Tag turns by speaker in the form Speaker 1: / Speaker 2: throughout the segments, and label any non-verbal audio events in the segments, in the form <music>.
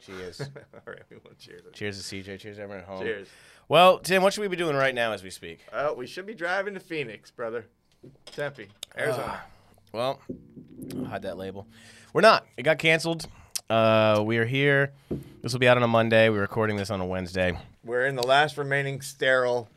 Speaker 1: She
Speaker 2: <laughs>
Speaker 1: is.
Speaker 2: All right, we want cheers.
Speaker 1: Cheers to CJ. Cheers to everyone at home.
Speaker 2: Cheers.
Speaker 1: Well, Tim, what should we be doing right now as we speak?
Speaker 2: Oh, we should be driving to Phoenix, brother. Tempe, Arizona.
Speaker 1: Ah. Well, I'll hide that label. We're not. It got canceled. Uh, we are here. This will be out on a Monday. We're recording this on a Wednesday.
Speaker 2: We're in the last remaining sterile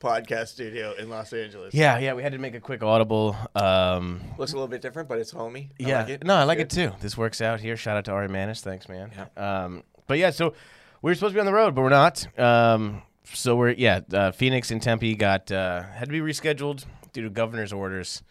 Speaker 2: podcast studio in Los Angeles.
Speaker 1: Yeah, yeah. We had to make a quick audible. Um,
Speaker 2: Looks a little bit different, but it's homey. I
Speaker 1: yeah.
Speaker 2: like it.
Speaker 1: No, I like
Speaker 2: Good.
Speaker 1: it too. This works out here. Shout out to Ari Manis. Thanks, man. Um, but yeah, so we were supposed to be on the road, but we're not. Um, so we're yeah. Uh, Phoenix and Tempe got uh, had to be rescheduled due to governor's orders.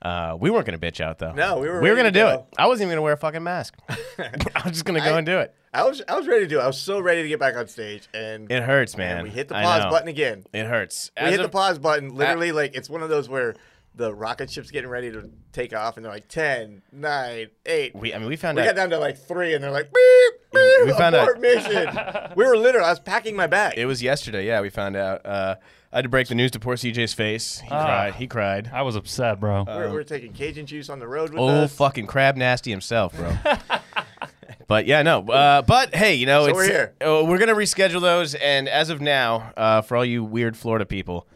Speaker 1: Uh, we weren't gonna bitch out though.
Speaker 2: No, we were
Speaker 1: We were gonna
Speaker 2: ready to
Speaker 1: do
Speaker 2: go.
Speaker 1: it. I wasn't even gonna wear a
Speaker 2: <laughs>
Speaker 1: fucking mask. <laughs> I was just gonna go
Speaker 2: I-
Speaker 1: and do it.
Speaker 2: I was I was ready to do. it. I was so ready to get back on stage, and
Speaker 1: It hurts, man.
Speaker 2: and we hit the
Speaker 1: I
Speaker 2: pause
Speaker 1: know.
Speaker 2: button again.
Speaker 1: It hurts.
Speaker 2: We
Speaker 1: As
Speaker 2: hit the
Speaker 1: of-
Speaker 2: pause button. Literally, like it's one of those where the rocket ship's getting ready to take off, and they're like 10, 9, 8.
Speaker 1: We, I mean, we found
Speaker 2: We
Speaker 1: out.
Speaker 2: got down to like three, and they're like, beep, beep,
Speaker 1: We found
Speaker 2: abort
Speaker 1: out-
Speaker 2: mission. we were literally, I was packing my bag.
Speaker 1: it was yesterday. Yeah, we found out. Uh, I had to break the news to poor CJ's face. He
Speaker 3: Ah.
Speaker 1: cried. He cried.
Speaker 3: I was upset, bro.
Speaker 1: Uh,
Speaker 2: we were, we were taking Cajun juice on the road with
Speaker 1: Oh,
Speaker 2: us.
Speaker 1: fucking crab nasty
Speaker 2: <laughs>
Speaker 1: himself, bro. but yeah, no. Uh, but hey, you know,
Speaker 2: So
Speaker 1: it's,
Speaker 2: we're here.
Speaker 1: uh, we're gonna reschedule those, and as of now, uh, for all you weird Florida people.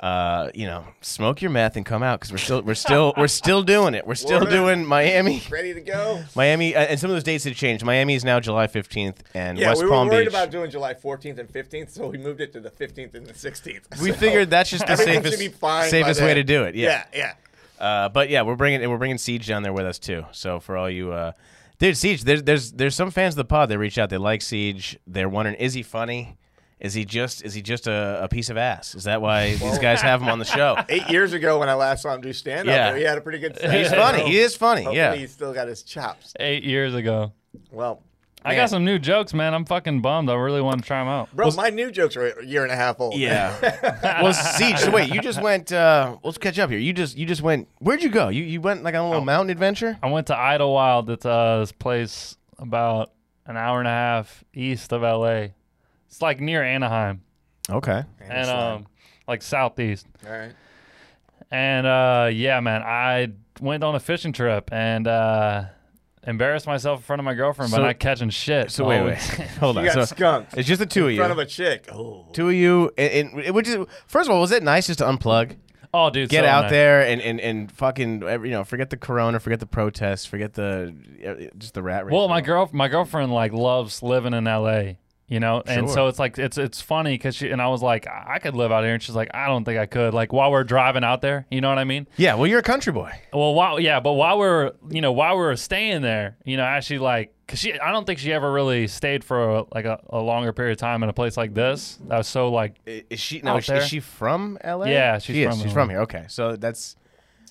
Speaker 1: Uh, you know, smoke your meth and come out because we're still we're still we're still doing it. We're still
Speaker 2: Florida.
Speaker 1: doing Miami,
Speaker 2: Ready to go?
Speaker 1: Miami, uh, and some of those dates have changed. Miami is now July fifteenth, and
Speaker 2: Yeah,
Speaker 1: West
Speaker 2: we were
Speaker 1: Palm
Speaker 2: worried
Speaker 1: Beach.
Speaker 2: about doing July 14th and 15th, so we moved it to the 15th and the 16th.
Speaker 1: we
Speaker 2: So
Speaker 1: figured that's just
Speaker 2: <laughs>
Speaker 1: the
Speaker 2: everything should
Speaker 1: safest
Speaker 2: be fine by
Speaker 1: safest way
Speaker 2: then.
Speaker 1: to do it. Yeah.
Speaker 2: yeah, yeah.
Speaker 1: Uh, but yeah, we're bringing and we're bringing Siege down there with us too. So for all you, uh, dude, Siege, there's there's there's some fans of the pod that reach out. They like Siege. They're wondering, is he funny? Is he just is he just a, a piece of ass? Is that why these guys have him on
Speaker 2: <laughs>
Speaker 1: the show?
Speaker 2: Eight years ago when I last saw him do stand up,
Speaker 1: Yeah.
Speaker 2: he had a pretty good
Speaker 1: <laughs> He's
Speaker 2: stand-up.
Speaker 1: funny. He is funny.
Speaker 2: Hopefully
Speaker 1: Yeah.
Speaker 2: he's still got his chops.
Speaker 3: Eight years ago.
Speaker 2: Well,
Speaker 3: I got some new jokes, man. I'm fucking bummed. I really want to try them out.
Speaker 2: bro, my new jokes are a year and a half old. <laughs>
Speaker 1: Yeah. well, Siege, so wait, you just went. Uh, let's catch up here. You just you just went. Where'd you go? You you went like on a little
Speaker 2: Oh.
Speaker 1: mountain adventure.
Speaker 3: I went to Idlewild. It's uh, this place about an hour and a half east of LA. It's like near Anaheim
Speaker 1: Okay.
Speaker 3: and um, like southeast.
Speaker 2: All right.
Speaker 3: And uh, yeah, man, I went on a fishing trip and uh, embarrassed myself in front of my girlfriend
Speaker 1: So-
Speaker 3: by not catching shit.
Speaker 1: So wait
Speaker 3: Oh,
Speaker 1: wait <laughs> hold
Speaker 2: You
Speaker 1: on.
Speaker 2: got
Speaker 1: So
Speaker 2: skunked
Speaker 1: it's just the two of
Speaker 2: in
Speaker 1: you.
Speaker 2: front of a chick. Oh.
Speaker 1: two of you, and, and which is first of all, was it nice just to unplug?
Speaker 3: Oh, dude,
Speaker 1: get
Speaker 3: so
Speaker 1: out
Speaker 3: nice.
Speaker 1: there and, and, and fucking every- you know forget the corona forget the protests forget the uh, just the rat race
Speaker 3: Well, my girl, my girlfriend like loves living in L.A. You know, and
Speaker 1: Sure.
Speaker 3: so it's like it's it's funny because she and I was like I I could live out here, and she's like I don't think I could. Like while we're driving out there, you know what I mean?
Speaker 1: yeah well you're a country boy
Speaker 3: Well, while yeah, but while we're you know while we're staying there, you know, actually like because she I don't think she ever really stayed for like a, a longer period of time in a place like this. That was so like
Speaker 1: I- is she no
Speaker 3: Out
Speaker 1: is she,
Speaker 3: there.
Speaker 1: is she from la
Speaker 3: Yeah, she's
Speaker 1: she is.
Speaker 3: from uh,
Speaker 1: she's
Speaker 3: LA.
Speaker 1: from here okay so that's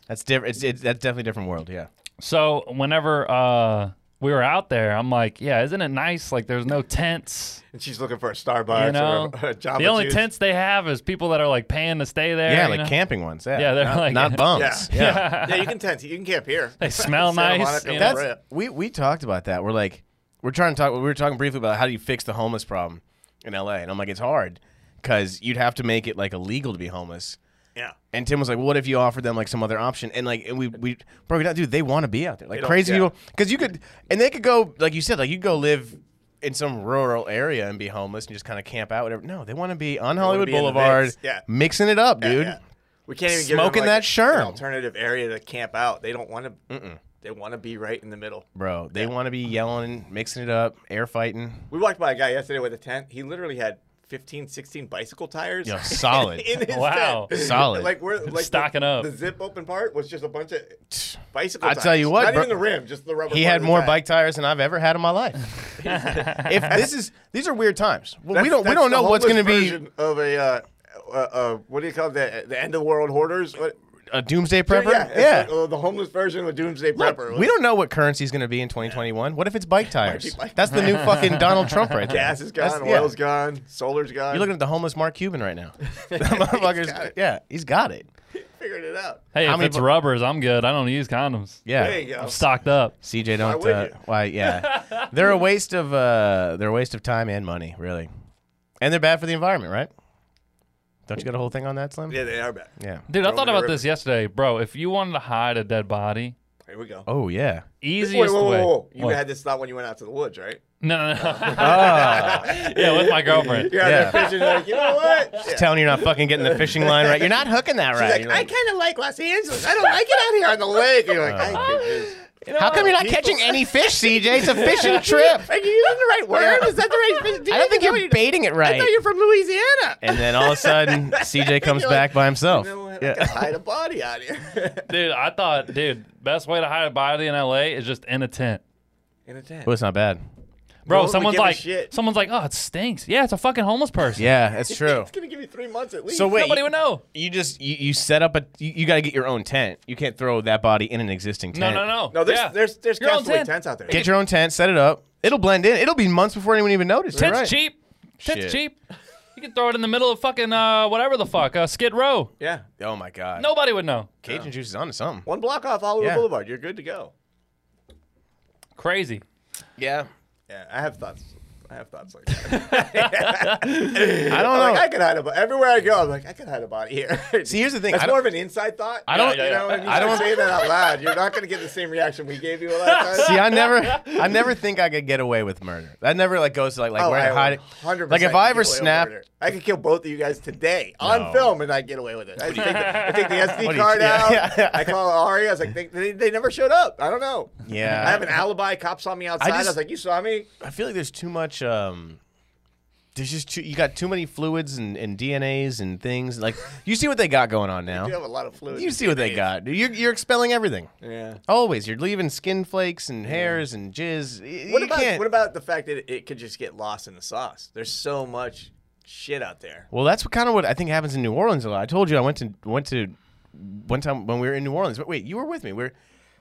Speaker 1: that's different it's, it's that's definitely a different world yeah
Speaker 3: so. Whenever uh we were out there, I'm like, yeah, isn't it nice? Like there's no tents.
Speaker 2: And she's looking for a Starbucks
Speaker 1: <laughs>
Speaker 3: You know,
Speaker 2: or a, a Jamba
Speaker 3: the only
Speaker 2: Juice.
Speaker 3: tents they have is people that are like paying to stay there.
Speaker 1: yeah
Speaker 3: you
Speaker 1: like
Speaker 3: know?
Speaker 1: camping ones yeah
Speaker 3: Yeah, they're
Speaker 1: not,
Speaker 3: like-
Speaker 1: not bums
Speaker 2: Yeah. Yeah, you can tent. You can camp here.
Speaker 3: They smell
Speaker 2: Santa
Speaker 3: nice,
Speaker 2: Monica
Speaker 3: you
Speaker 2: will
Speaker 3: know?
Speaker 1: That's,
Speaker 2: rip.
Speaker 1: we we talked about that. We're like we're trying to talk. We were talking briefly about how do you fix the homeless problem in LA, and I'm like it's hard because you'd have to make it like illegal to be homeless.
Speaker 2: Yeah.
Speaker 1: And Tim was like, "What if you offered them like some other option?" And like, and we we broke it down, dude. They want to be out there, like
Speaker 2: don't-
Speaker 1: crazy
Speaker 2: yeah.
Speaker 1: people, because you could, and they could go, like you said, like you could go live in some rural area and be homeless and just kind of camp out, whatever. No, they want to be on Hollywood
Speaker 2: be in the
Speaker 1: Boulevard,
Speaker 2: mix. Yeah.
Speaker 1: mixing it up,
Speaker 2: Yeah,
Speaker 1: dude.
Speaker 2: yeah. We can't even
Speaker 1: Smoking
Speaker 2: give them, like,
Speaker 1: that sherm.
Speaker 2: an alternative area to camp out. They don't want to. They want to be right in the middle.
Speaker 1: Bro, they want to be yelling, mixing it up, air fighting.
Speaker 2: We walked by a guy yesterday with a tent. He literally had 15, 16 bicycle tires.
Speaker 1: Yo, solid.
Speaker 2: <laughs> in his
Speaker 3: Wow.
Speaker 2: tent.
Speaker 1: Solid.
Speaker 2: Like we're like
Speaker 3: Stocking
Speaker 2: the,
Speaker 3: up.
Speaker 2: The zip open part was just a bunch of bicycle.
Speaker 1: I
Speaker 2: tires.
Speaker 1: tell you what,
Speaker 2: not
Speaker 1: bro-
Speaker 2: even the rim, just the rubber.
Speaker 1: He
Speaker 2: part
Speaker 1: had
Speaker 2: of the
Speaker 1: more
Speaker 2: tire.
Speaker 1: bike tires than I've ever had in
Speaker 2: <laughs>
Speaker 1: my life. if this is these are weird times. Well,
Speaker 2: That's-
Speaker 1: we don't we
Speaker 2: that's
Speaker 1: don't
Speaker 2: the
Speaker 1: know what's going
Speaker 2: homeless
Speaker 1: to be
Speaker 2: version of a. Uh, uh, uh, what do you call that? The end of the world hoarders? What?
Speaker 1: a doomsday prepper.
Speaker 2: Yeah, it's like, uh, the homeless version of Doomsday
Speaker 1: Look,
Speaker 2: Prepper.
Speaker 1: we don't know what currency's going to be in 2021. What if
Speaker 2: <laughs>
Speaker 1: it's bike tires?
Speaker 2: bike-
Speaker 1: That's the new fucking Donald Trump
Speaker 2: <laughs>
Speaker 1: right there.
Speaker 2: Gas is gone,
Speaker 1: That's- yeah.
Speaker 2: oil's gone, solar's gone.
Speaker 1: You're looking at the homeless Mark Cuban
Speaker 2: <laughs>
Speaker 1: right now. <laughs> That motherfucker's- yeah, he's got it.
Speaker 2: figured it out.
Speaker 3: Hey,
Speaker 1: How
Speaker 3: if
Speaker 1: many
Speaker 3: it's
Speaker 1: bu-
Speaker 3: rubbers, I'm good. I don't use condoms.
Speaker 1: Yeah.
Speaker 2: There you go.
Speaker 3: I'm stocked up.
Speaker 1: CJ
Speaker 2: Why
Speaker 1: don't
Speaker 2: would
Speaker 1: uh,
Speaker 2: you? <laughs>
Speaker 1: why yeah. they're a waste of uh they're a waste of time and money, really. And they're bad for the environment, right? Don't you got a whole thing on that, Slim?
Speaker 2: Yeah, they are back.
Speaker 1: Yeah.
Speaker 3: Dude, I
Speaker 2: Throw 'em
Speaker 3: thought
Speaker 2: in the
Speaker 3: about this yesterday, bro. If you wanted to hide a dead body,
Speaker 2: Here we go.
Speaker 1: Oh yeah.
Speaker 3: easiest
Speaker 2: whoa, whoa,
Speaker 3: way.
Speaker 2: whoa, whoa. You
Speaker 3: What?
Speaker 1: <laughs>
Speaker 2: had this thought when you went out to the woods, right?
Speaker 3: No, no, no.
Speaker 2: <laughs>
Speaker 3: <laughs>
Speaker 1: Ah.
Speaker 3: yeah, with my girlfriend.
Speaker 2: You're out
Speaker 1: Yeah.
Speaker 2: there fishing, like, you know what? Yeah.
Speaker 1: Just telling you you're not fucking getting the fishing line right. You're not hooking that right.
Speaker 2: <laughs> She's
Speaker 1: You're
Speaker 2: like, I kind of like Los Angeles. I don't like it out here on
Speaker 1: <laughs>
Speaker 2: the lake. And you're
Speaker 1: Uh-huh.
Speaker 2: like, I could just.
Speaker 1: How come you're
Speaker 2: <laughs>
Speaker 1: not
Speaker 2: people-
Speaker 1: catching any fish, CJ?
Speaker 2: <laughs>
Speaker 1: It's a fishing trip.
Speaker 2: Are you using the right <laughs> word? Is that the right fish?
Speaker 1: I don't think you're baiting it
Speaker 2: I
Speaker 1: right.
Speaker 2: thought you're from Louisiana.
Speaker 1: And then all of a
Speaker 2: <laughs>
Speaker 1: sudden, CJ comes
Speaker 2: You're
Speaker 1: back
Speaker 2: like,
Speaker 1: by himself.
Speaker 2: You know what? I
Speaker 1: Yeah.
Speaker 2: can hide a body out here. <laughs>
Speaker 3: Dude, I thought, dude, best way to hide a body in LA is just in a tent.
Speaker 2: In a tent.
Speaker 1: Well, it's not bad.
Speaker 3: Bro,
Speaker 2: Well, we
Speaker 3: someone's
Speaker 2: give a
Speaker 3: like,
Speaker 2: shit.
Speaker 3: someone's like, oh, it stinks. Yeah, it's a fucking homeless person.
Speaker 2: <laughs>
Speaker 1: Yeah, that's true.
Speaker 2: It's gonna give you three months at least.
Speaker 1: So wait,
Speaker 3: Nobody would know.
Speaker 1: you just you, you set up a you, you got to get your own tent. You can't throw that body in an existing
Speaker 3: No,
Speaker 1: tent.
Speaker 3: no, no.
Speaker 2: No, there's
Speaker 3: yeah.
Speaker 2: there's there's
Speaker 3: Your own
Speaker 2: constantly
Speaker 3: tent.
Speaker 2: tents out there.
Speaker 1: Get your own tent, set it up. It'll blend in. It'll be months before anyone even notices.
Speaker 3: Tent's
Speaker 1: right.
Speaker 3: cheap. Tent's
Speaker 1: Shit.
Speaker 3: cheap. You can throw it in the middle of fucking uh, whatever the fuck, uh, Skid Row.
Speaker 2: yeah,
Speaker 1: Oh my god.
Speaker 3: Nobody would know.
Speaker 1: Cajun juice is onto something.
Speaker 2: one block off Hollywood
Speaker 1: Yeah.
Speaker 2: Boulevard, you're good to go.
Speaker 3: Crazy.
Speaker 1: Yeah.
Speaker 2: Yeah, I have thoughts. I have thoughts like that.
Speaker 1: <laughs> I don't know.
Speaker 2: I'm like, I could hide a body everywhere I go. I'm like, I could hide a body here. <laughs>
Speaker 1: See, here's the thing.
Speaker 2: That's
Speaker 1: I
Speaker 2: more
Speaker 1: don't-
Speaker 2: of an inside thought.
Speaker 1: I don't-
Speaker 2: you know, when you
Speaker 1: I don't-
Speaker 2: start saying that out loud. You're not gonna get the same reaction we gave you last time.
Speaker 1: See, I never,
Speaker 2: <laughs>
Speaker 1: I never think I could get away with murder. That never like goes to like like
Speaker 2: Oh,
Speaker 1: where
Speaker 2: I
Speaker 1: to hide it.
Speaker 2: 100%
Speaker 1: Like if
Speaker 2: could
Speaker 1: I
Speaker 2: get away
Speaker 1: ever
Speaker 2: with
Speaker 1: snap,
Speaker 2: murder. I could kill both of you guys today
Speaker 1: No.
Speaker 2: on film and I get away with it. I take the, I
Speaker 1: <laughs>
Speaker 2: take the
Speaker 1: What do
Speaker 2: SD
Speaker 1: you-
Speaker 2: card
Speaker 1: yeah,
Speaker 2: out.
Speaker 1: yeah, yeah.
Speaker 2: I call Ari. I was like, they, they, they never showed up. I don't know.
Speaker 1: Yeah.
Speaker 2: I have an alibi. Cop saw me outside. I,
Speaker 1: just-
Speaker 2: was like, you saw me.
Speaker 1: I feel like there's too much. um There's just too, you got too many fluids and, and DNAs and things. Like <laughs> you see what they got going on
Speaker 2: You have
Speaker 1: now.
Speaker 2: a lot of fluid.
Speaker 1: Oh. You see what they got. You're, you're expelling everything.
Speaker 2: Yeah.
Speaker 1: Always, you're leaving skin flakes and hairs and jizz. Y-
Speaker 2: What
Speaker 1: you
Speaker 2: about
Speaker 1: can't-
Speaker 2: what about the fact that it could just get lost in the sauce? There's so much shit out there.
Speaker 1: Well, that's kind of what I think happens in New Orleans a lot. I told you I went to went to one time when we were in New Orleans. But wait, you were with me. We are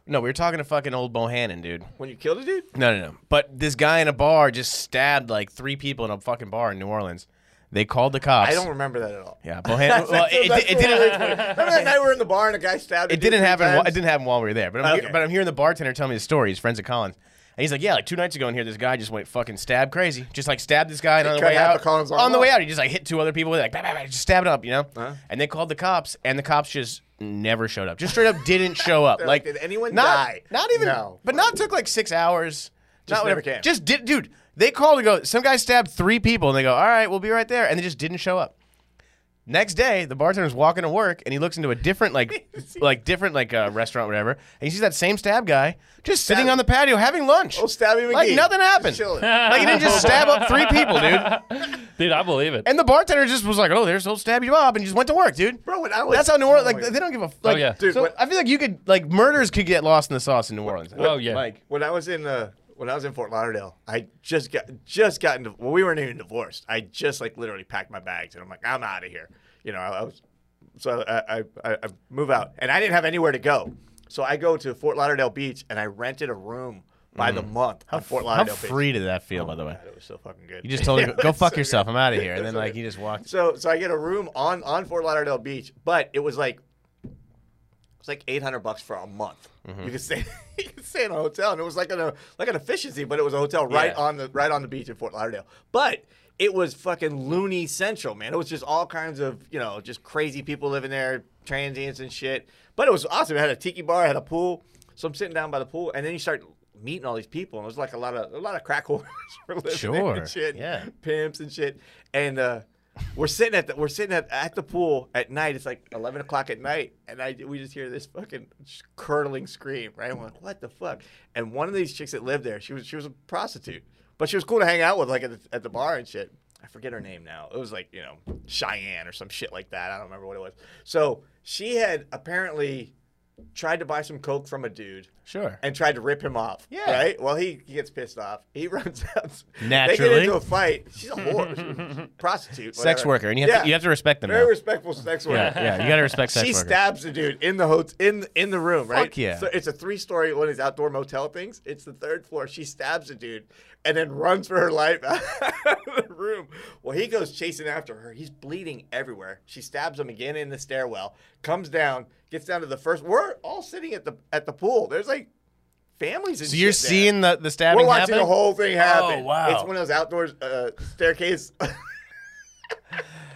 Speaker 1: no, we were talking to fucking old Bohannon, dude.
Speaker 2: When you killed a dude,
Speaker 1: No, no, no. But this guy in a bar just stabbed like three people in a fucking bar in New Orleans. They called the cops.
Speaker 2: I don't remember that at all.
Speaker 1: Yeah,
Speaker 2: <laughs>
Speaker 1: Bohannon. well,
Speaker 2: That's-
Speaker 1: it,
Speaker 2: that's
Speaker 1: it, it
Speaker 2: the way
Speaker 1: didn't.
Speaker 2: it's like- Remember that night we were in the bar and a guy stabbed. a
Speaker 1: <laughs> It
Speaker 2: dude
Speaker 1: didn't
Speaker 2: three
Speaker 1: happen. While,
Speaker 2: times?
Speaker 1: it didn't happen while we were there. But I'm,
Speaker 2: Okay.
Speaker 1: but I'm hearing the bartender tell me the story. He's friends with Collins, and he's like, "Yeah, like two nights ago in here, this guy just went fucking stab crazy. Just like stabbed this guy, and on the
Speaker 2: cut
Speaker 1: way
Speaker 2: half
Speaker 1: out,
Speaker 2: of Collins' arm
Speaker 1: on the
Speaker 2: off.
Speaker 1: way out, he just like hit two other people. With, it, like, bah, bah, bah, just stabbed up, you know.
Speaker 2: Uh-huh.
Speaker 1: And they called the cops, and the cops just never showed up. Just straight up didn't
Speaker 2: <laughs>
Speaker 1: show up. like,
Speaker 2: like, "Did anyone
Speaker 1: not,
Speaker 2: die?"
Speaker 1: Not even.
Speaker 2: No.
Speaker 1: But not took like six hours.
Speaker 2: Just
Speaker 1: not
Speaker 2: never
Speaker 1: whatever.
Speaker 2: came.
Speaker 1: Just did, dude. They called and go. Some guy stabbed three people, and they go, "All right, we'll be right there," and they just didn't show up. Next day, the bartender's walking to work, and he looks into a
Speaker 2: <laughs>
Speaker 1: different, like, <laughs> like different, like uh, restaurant, whatever, and he sees that same stab guy just sitting on the patio having lunch.
Speaker 2: Oh, Stabby McGee.
Speaker 1: Like nothing happened.
Speaker 2: Just chilling.
Speaker 1: <laughs> Like he didn't just stab up
Speaker 2: <laughs>
Speaker 1: three people, dude.
Speaker 3: <laughs> Dude, I believe it.
Speaker 1: And the bartender just was like, "Oh, there's old stabby Bob," and just went to work, dude.
Speaker 2: Bro, when I was
Speaker 1: That's how New
Speaker 2: oh
Speaker 1: Orleans. Like
Speaker 2: my-
Speaker 1: they don't give a f- like.
Speaker 3: yeah.
Speaker 2: Dude,
Speaker 1: so
Speaker 2: what-
Speaker 1: I feel like you could like murders could get lost in the sauce in New Orleans.
Speaker 3: Oh, yeah.
Speaker 1: Like
Speaker 2: when I was in uh, when I was in Fort Lauderdale, I just got just gotten well, we weren't even divorced. I just like literally packed my bags and I'm like, I'm out of here. You know, I, I was so I, I I I move out and I didn't have anywhere to go. So I go to Fort Lauderdale Beach and I rented a room by the month on Fort
Speaker 1: Mm. how
Speaker 2: Lauderdale Beach.
Speaker 1: free did that feel, by the way?
Speaker 2: God, it was so fucking good. <laughs>
Speaker 1: You just told her,
Speaker 2: It
Speaker 1: "Go
Speaker 2: was
Speaker 1: fuck
Speaker 2: so
Speaker 1: yourself.
Speaker 2: good.
Speaker 1: I'm out of here," and then
Speaker 2: so
Speaker 1: like
Speaker 2: good.
Speaker 1: you just walked.
Speaker 2: So so I get a room on on Fort Lauderdale Beach, but it was like it was like eight hundred bucks for a month.
Speaker 1: Mm-hmm.
Speaker 2: You could stay <laughs> you could stay in a hotel, and it was like an like an efficiency, but it was a hotel right
Speaker 1: Yeah.
Speaker 2: on the right on the beach in Fort Lauderdale. But it was fucking loony central, man. It was just all kinds of you know just crazy people living there, transients and shit. But it was awesome. It had a tiki bar, it had a pool. So I'm sitting down by the pool, and then you start meeting all these people, and it was like a lot of a lot of crack <laughs> whores were living there
Speaker 1: Sure.
Speaker 2: and shit
Speaker 1: Yeah.
Speaker 2: pimps and shit. And uh, we're sitting at the we're sitting at, at the pool at night. It's like eleven o'clock at night, and I we just hear this fucking just curdling scream. Right, I'm like, what the fuck? And one of these chicks that lived there, she was she was a prostitute, but she was cool to hang out with, like at the, at the bar and shit. I forget her name now. It was like you know Cheyenne or some shit like that. I don't remember what it was. So she had apparently tried to buy some coke from a dude
Speaker 1: Sure.
Speaker 2: and tried to rip him off.
Speaker 1: Yeah.
Speaker 2: Right? Well, he, he gets pissed off. He <laughs> runs out. They
Speaker 1: Naturally.
Speaker 2: get into a fight. She's a whore. She's
Speaker 1: <laughs>
Speaker 2: a prostitute.
Speaker 1: Sex
Speaker 2: whatever.
Speaker 1: worker, and you have to, you have to respect them.
Speaker 2: Very
Speaker 1: now.
Speaker 2: respectful sex worker.
Speaker 1: yeah, yeah, you gotta respect sex
Speaker 2: She
Speaker 1: workers.
Speaker 2: stabs the dude in the hotel in in the room, right?
Speaker 1: Fuck yeah.
Speaker 2: So it's a three story one of these outdoor motel things. It's the third floor. She stabs the dude and then runs for her life <laughs> out of the room. Well, he goes chasing after her. He's bleeding everywhere. She stabs him again in the stairwell. Comes down, gets down to the first. We're all sitting at the at the pool. There's like families and
Speaker 1: so you're
Speaker 2: shit there.
Speaker 1: seeing the the stabbing
Speaker 2: We're watching
Speaker 1: happen. Oh,
Speaker 2: the whole thing happen.
Speaker 1: wow.
Speaker 2: It's one of those outdoors uh, staircase <laughs>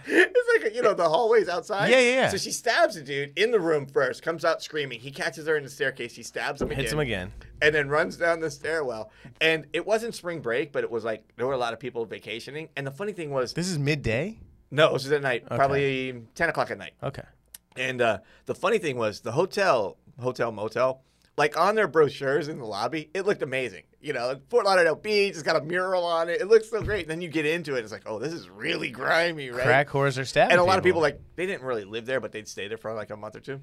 Speaker 2: It's like you know the hallways outside.
Speaker 1: Yeah, yeah, yeah.
Speaker 2: So she stabs a dude in the room first, comes out screaming. He catches her in the staircase. He stabs him again,
Speaker 1: Hits him again.
Speaker 2: and then runs down the stairwell. And it wasn't spring break, but it was like there were a lot of people vacationing. And the funny thing was,
Speaker 1: This is midday.
Speaker 2: no, this was at night, probably ten o'clock at night.
Speaker 1: Okay.
Speaker 2: And uh, the funny thing was the hotel, hotel motel, like on their brochures in the lobby, it looked amazing. You know, Fort Lauderdale Beach, it's got a mural on it. It looks so great. And then you get into it, it's like, oh, this is really grimy, right?
Speaker 1: Crack whores are stabbing.
Speaker 2: and a lot of people like they didn't really live there, but they'd stay there for like a month or two.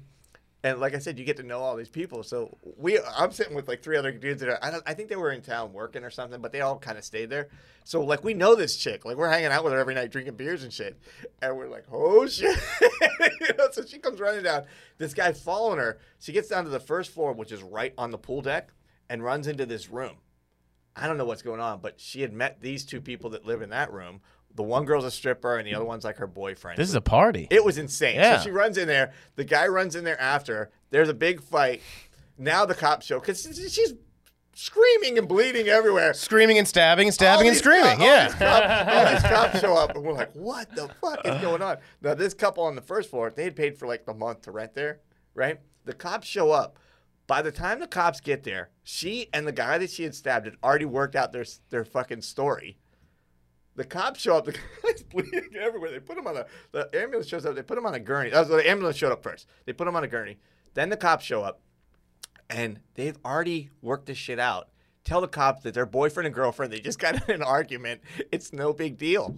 Speaker 2: And like I said, you get to know all these people. So we, I'm sitting with like three other dudes that are. I, don't, I think they were in town working or something, but they all kind of stayed there. So like we know this chick. Like we're hanging out with her every night, drinking beers and shit. And we're like, oh shit. <laughs> you know, so she comes running down. This guy following her. She gets down to the first floor, which is right on the pool deck, and runs into this room. I don't know what's going on, but she had met these two people that live in that room. The one girl's a stripper, and the other one's like her boyfriend.
Speaker 1: This is a party.
Speaker 2: It was insane.
Speaker 1: Yeah.
Speaker 2: So she runs in there. The guy runs in there after. her. There's a big fight. Now the cops show because she's screaming and bleeding everywhere.
Speaker 1: Screaming and stabbing and stabbing
Speaker 2: All
Speaker 1: and
Speaker 2: these
Speaker 1: screaming.
Speaker 2: cops-
Speaker 1: yeah.
Speaker 2: All these,
Speaker 1: <laughs>
Speaker 2: cops, all these cops show up, and we're like, what the fuck is going on? Now, this couple on the first floor, they had paid for like a month to rent there, right? The cops show up. By the time the cops get there, she and the guy that she had stabbed had already worked out their their fucking story. The cops show up. The <laughs> guy's bleeding everywhere. They put him on a. The ambulance shows up. They put him on a gurney. That was the ambulance showed up first. They put him on a gurney. Then the cops show up, and they've already worked this shit out. Tell the cops that their boyfriend and girlfriend they just <laughs> got in an argument. It's no big deal.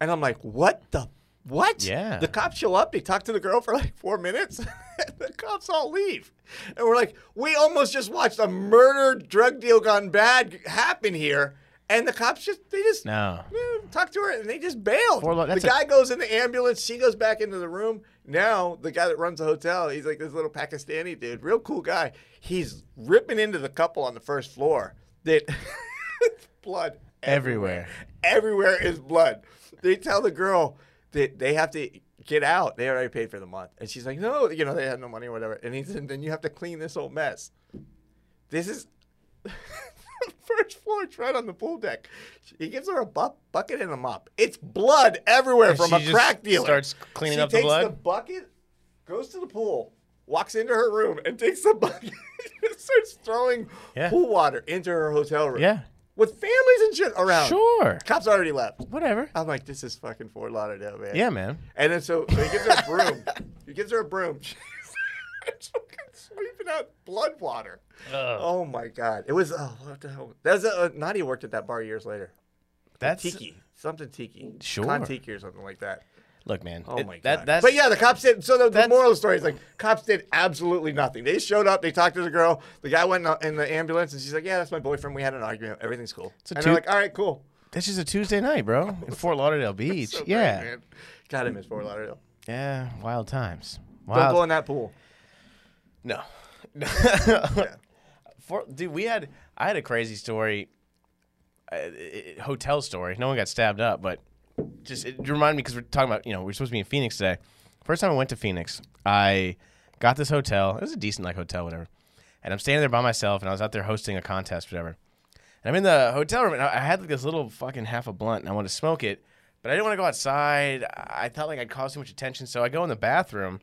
Speaker 2: And I'm like, what the what?
Speaker 1: Yeah.
Speaker 2: The cops show up. They talk to the girl for like four minutes. <laughs> and the cops all leave, and we're like, we almost just watched a murder drug deal gone bad happen here. And the cops just they just
Speaker 1: No.
Speaker 2: yeah, talk to her, and they just bailed.
Speaker 1: Four lo-
Speaker 2: the
Speaker 1: that's a-
Speaker 2: guy goes in the ambulance. She goes back into the room. Now the guy that runs the hotel, he's like this little Pakistani dude, real cool guy. He's ripping into the couple on the first floor. That <laughs> blood
Speaker 1: Everywhere.
Speaker 2: everywhere is blood. They tell the girl that they have to get out. They already paid for the month, and she's like, "No, you know they had no money or whatever." And he said, "Then you have to clean this whole mess." This is <laughs> first floor. It's right on the pool deck. He gives her a bu- bucket and a mop. It's blood everywhere
Speaker 1: And
Speaker 2: from
Speaker 1: she
Speaker 2: a
Speaker 1: just
Speaker 2: crack dealer.
Speaker 1: starts cleaning
Speaker 2: she
Speaker 1: up the
Speaker 2: takes
Speaker 1: blood?
Speaker 2: The bucket goes to the pool, walks into her room, and takes the <laughs> bucket. and starts throwing
Speaker 1: Yeah.
Speaker 2: pool water into her hotel room.
Speaker 1: Yeah.
Speaker 2: With families and shit around.
Speaker 1: Sure.
Speaker 2: Cops already left.
Speaker 1: Whatever.
Speaker 2: I'm like, this is fucking Fort Lauderdale, man.
Speaker 1: Yeah, man.
Speaker 2: And then so, so he gives her a
Speaker 1: <laughs>
Speaker 2: broom. he gives her a broom. She's fucking sweeping out blood water. Oh my god, it was oh what the hell? That was uh, Nadia worked at that bar years later.
Speaker 1: That's
Speaker 2: Tiki, something tiki,
Speaker 1: Sure.
Speaker 2: Con tiki or something like that.
Speaker 1: Look, man.
Speaker 2: Oh
Speaker 1: it-
Speaker 2: my god.
Speaker 1: that, That's,
Speaker 2: but yeah, the cops did. So the, the
Speaker 1: that's-
Speaker 2: moral of the story is like cops did absolutely nothing. They showed up, they talked to the girl. The guy went in the- in the ambulance, and she's like, "Yeah, that's my boyfriend. We had an argument. Everything's cool."
Speaker 1: a
Speaker 2: and they're
Speaker 1: two-
Speaker 2: like, "All right, cool."
Speaker 1: that's just a Tuesday night, bro, in Fort Lauderdale Beach.
Speaker 2: So great,
Speaker 1: yeah.
Speaker 2: man. God, I miss Fort Lauderdale.
Speaker 1: yeah. Wild times.
Speaker 2: Don't
Speaker 1: Wild.
Speaker 2: go in that pool.
Speaker 1: No. <laughs> For, dude, we had I had a crazy story, uh, it- hotel story. No one got stabbed up, but just it reminded me because we're talking about you know we're supposed to be in Phoenix today. First time I went to Phoenix, I got this hotel. It was a decent like hotel, whatever. And I'm standing there by myself, and I was out there hosting a contest, whatever. And I'm in the hotel room, and I I had like this little fucking half a blunt, and I wanted to smoke it, but I didn't want to go outside. I I thought like I'd cause too much attention, so I go in the bathroom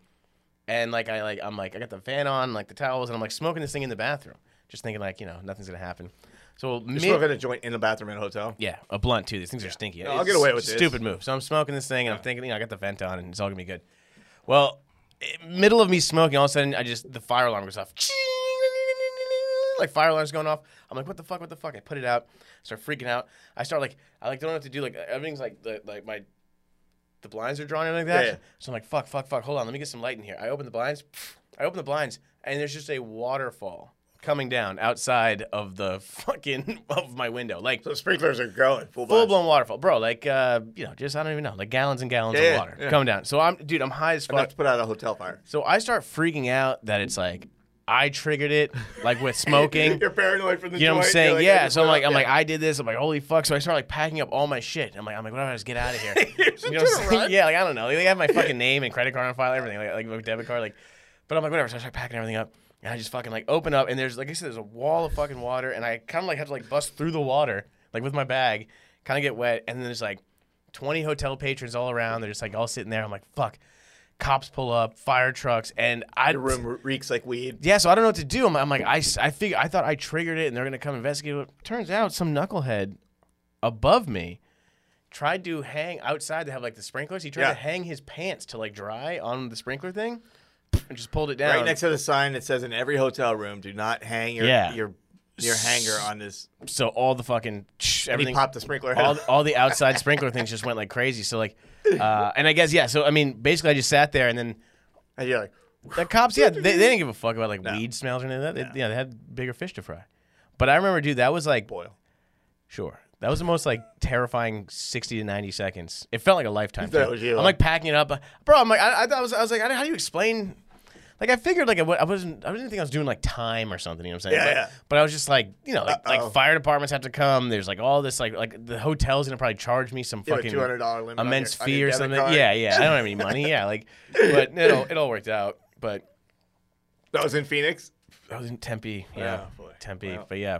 Speaker 1: and like I like I'm like I got the fan on, like the towels, and I'm like smoking this thing in the bathroom, just thinking like you know nothing's gonna happen. So mid-
Speaker 2: You're smoking a joint in the bathroom in a hotel.
Speaker 1: yeah, a blunt too. These things are stinky.
Speaker 2: I'll
Speaker 1: It's
Speaker 2: get away with
Speaker 1: a
Speaker 2: this.
Speaker 1: Stupid move. So I'm smoking this thing, and I'm thinking you know I got the vent on, and it's all gonna be good. Well, i- middle of me smoking, all of a sudden I just the fire alarm goes off. Ching! Like fire alarm's going off. I'm like, what the fuck? What the fuck? I put it out. Start freaking out. I start like I like don't know what to do. Like everything's like the, like my the blinds are drawn in like that.
Speaker 2: Yeah, yeah.
Speaker 1: So I'm like, fuck, fuck, fuck. Hold on, let me get some light in here. I open the blinds. <sniffs> I open the blinds, and there's just a waterfall coming down outside of the <laughs> fucking of my window. Like
Speaker 2: So sprinklers are going full,
Speaker 1: full
Speaker 2: blast.
Speaker 1: blown waterfall, bro. Like uh, you know, just I don't even know, like gallons and gallons
Speaker 2: Yeah,
Speaker 1: of
Speaker 2: yeah,
Speaker 1: water
Speaker 2: yeah.
Speaker 1: coming down. So I'm, dude, I'm high as
Speaker 2: Enough
Speaker 1: fuck.
Speaker 2: to put out a hotel fire.
Speaker 1: So I start freaking out that it's like I triggered it, like
Speaker 2: <laughs>
Speaker 1: with smoking.
Speaker 2: You're paranoid from the
Speaker 1: You know what I'm
Speaker 2: joint.
Speaker 1: saying?
Speaker 2: You're like, I
Speaker 1: yeah.
Speaker 2: just
Speaker 1: So I'm
Speaker 2: went
Speaker 1: like,
Speaker 2: out-
Speaker 1: I'm like,
Speaker 2: yeah.
Speaker 1: I did this. I'm like, holy fuck. So I start like packing up all my shit. I'm like, I'm like, what do I just get out
Speaker 2: <laughs>
Speaker 1: of here? you know what I'm
Speaker 2: trying to
Speaker 1: saying?
Speaker 2: run.
Speaker 1: Yeah, like I don't know. They have my fucking name and credit card on file, everything, like, like my debit card, like. But I'm like, whatever. So I start packing everything up, and I just fucking like open up, and there's like I said, there's a wall of fucking water, and I kind of like have to like bust through the water, like with my bag, kind of get wet, and then there's like 20 hotel patrons all around. They're just like all sitting there. I'm like, fuck. Cops pull up, fire trucks, and I
Speaker 2: The room re- reeks like weed.
Speaker 1: yeah, so I don't know what to do. I'm, I'm like, I, s- I fig- I thought I triggered it and they're going to come investigate it. Turns out some knucklehead above me tried to hang outside. They have like the sprinklers. He tried
Speaker 2: Yeah.
Speaker 1: to hang his pants to like dry on the sprinkler thing and just pulled it down.
Speaker 2: Right next to the sign that says in every hotel room, do not hang your
Speaker 1: Yeah.
Speaker 2: your your hanger on this.
Speaker 1: so all the fucking
Speaker 2: And he
Speaker 1: everything
Speaker 2: popped the sprinkler.
Speaker 1: all, all the outside sprinkler things just went like crazy. So like, uh, and I guess yeah. So I mean, basically, I just sat there, and then
Speaker 2: and you're like,
Speaker 1: the cops, yeah, they, they didn't give a fuck about like weed smells or anything. Like that. They, Yeah, they had bigger fish to fry. But I remember, dude, that was like
Speaker 2: boil.
Speaker 1: sure. That was the most like terrifying sixty to ninety seconds. It felt like a lifetime.
Speaker 2: That
Speaker 1: too.
Speaker 2: was you.
Speaker 1: I'm like packing it up, bro. I'm like, I, I thought I was, I was like, I don't- how do you explain? Like I figured, like I wa- I wasn't, I didn't think I was doing like time or something. You know what I'm saying?
Speaker 2: Yeah,
Speaker 1: but,
Speaker 2: yeah.
Speaker 1: but I was just like, you know, like,
Speaker 2: Uh-oh.
Speaker 1: like fire departments have to come. There's like all this, like, like the hotel's gonna probably charge me some
Speaker 2: You have a
Speaker 1: fucking
Speaker 2: two hundred dollar limit. on your-
Speaker 1: immense
Speaker 2: on your
Speaker 1: fee or
Speaker 2: debit
Speaker 1: something.
Speaker 2: card.
Speaker 1: Yeah, yeah. I don't have any money. Yeah, like, but it all it all worked out. But
Speaker 2: That was in Phoenix.
Speaker 1: I was in Tempe.
Speaker 2: Wow,
Speaker 1: Yeah,
Speaker 2: Oh, boy.
Speaker 1: Tempe.
Speaker 2: Wow.
Speaker 1: But yeah,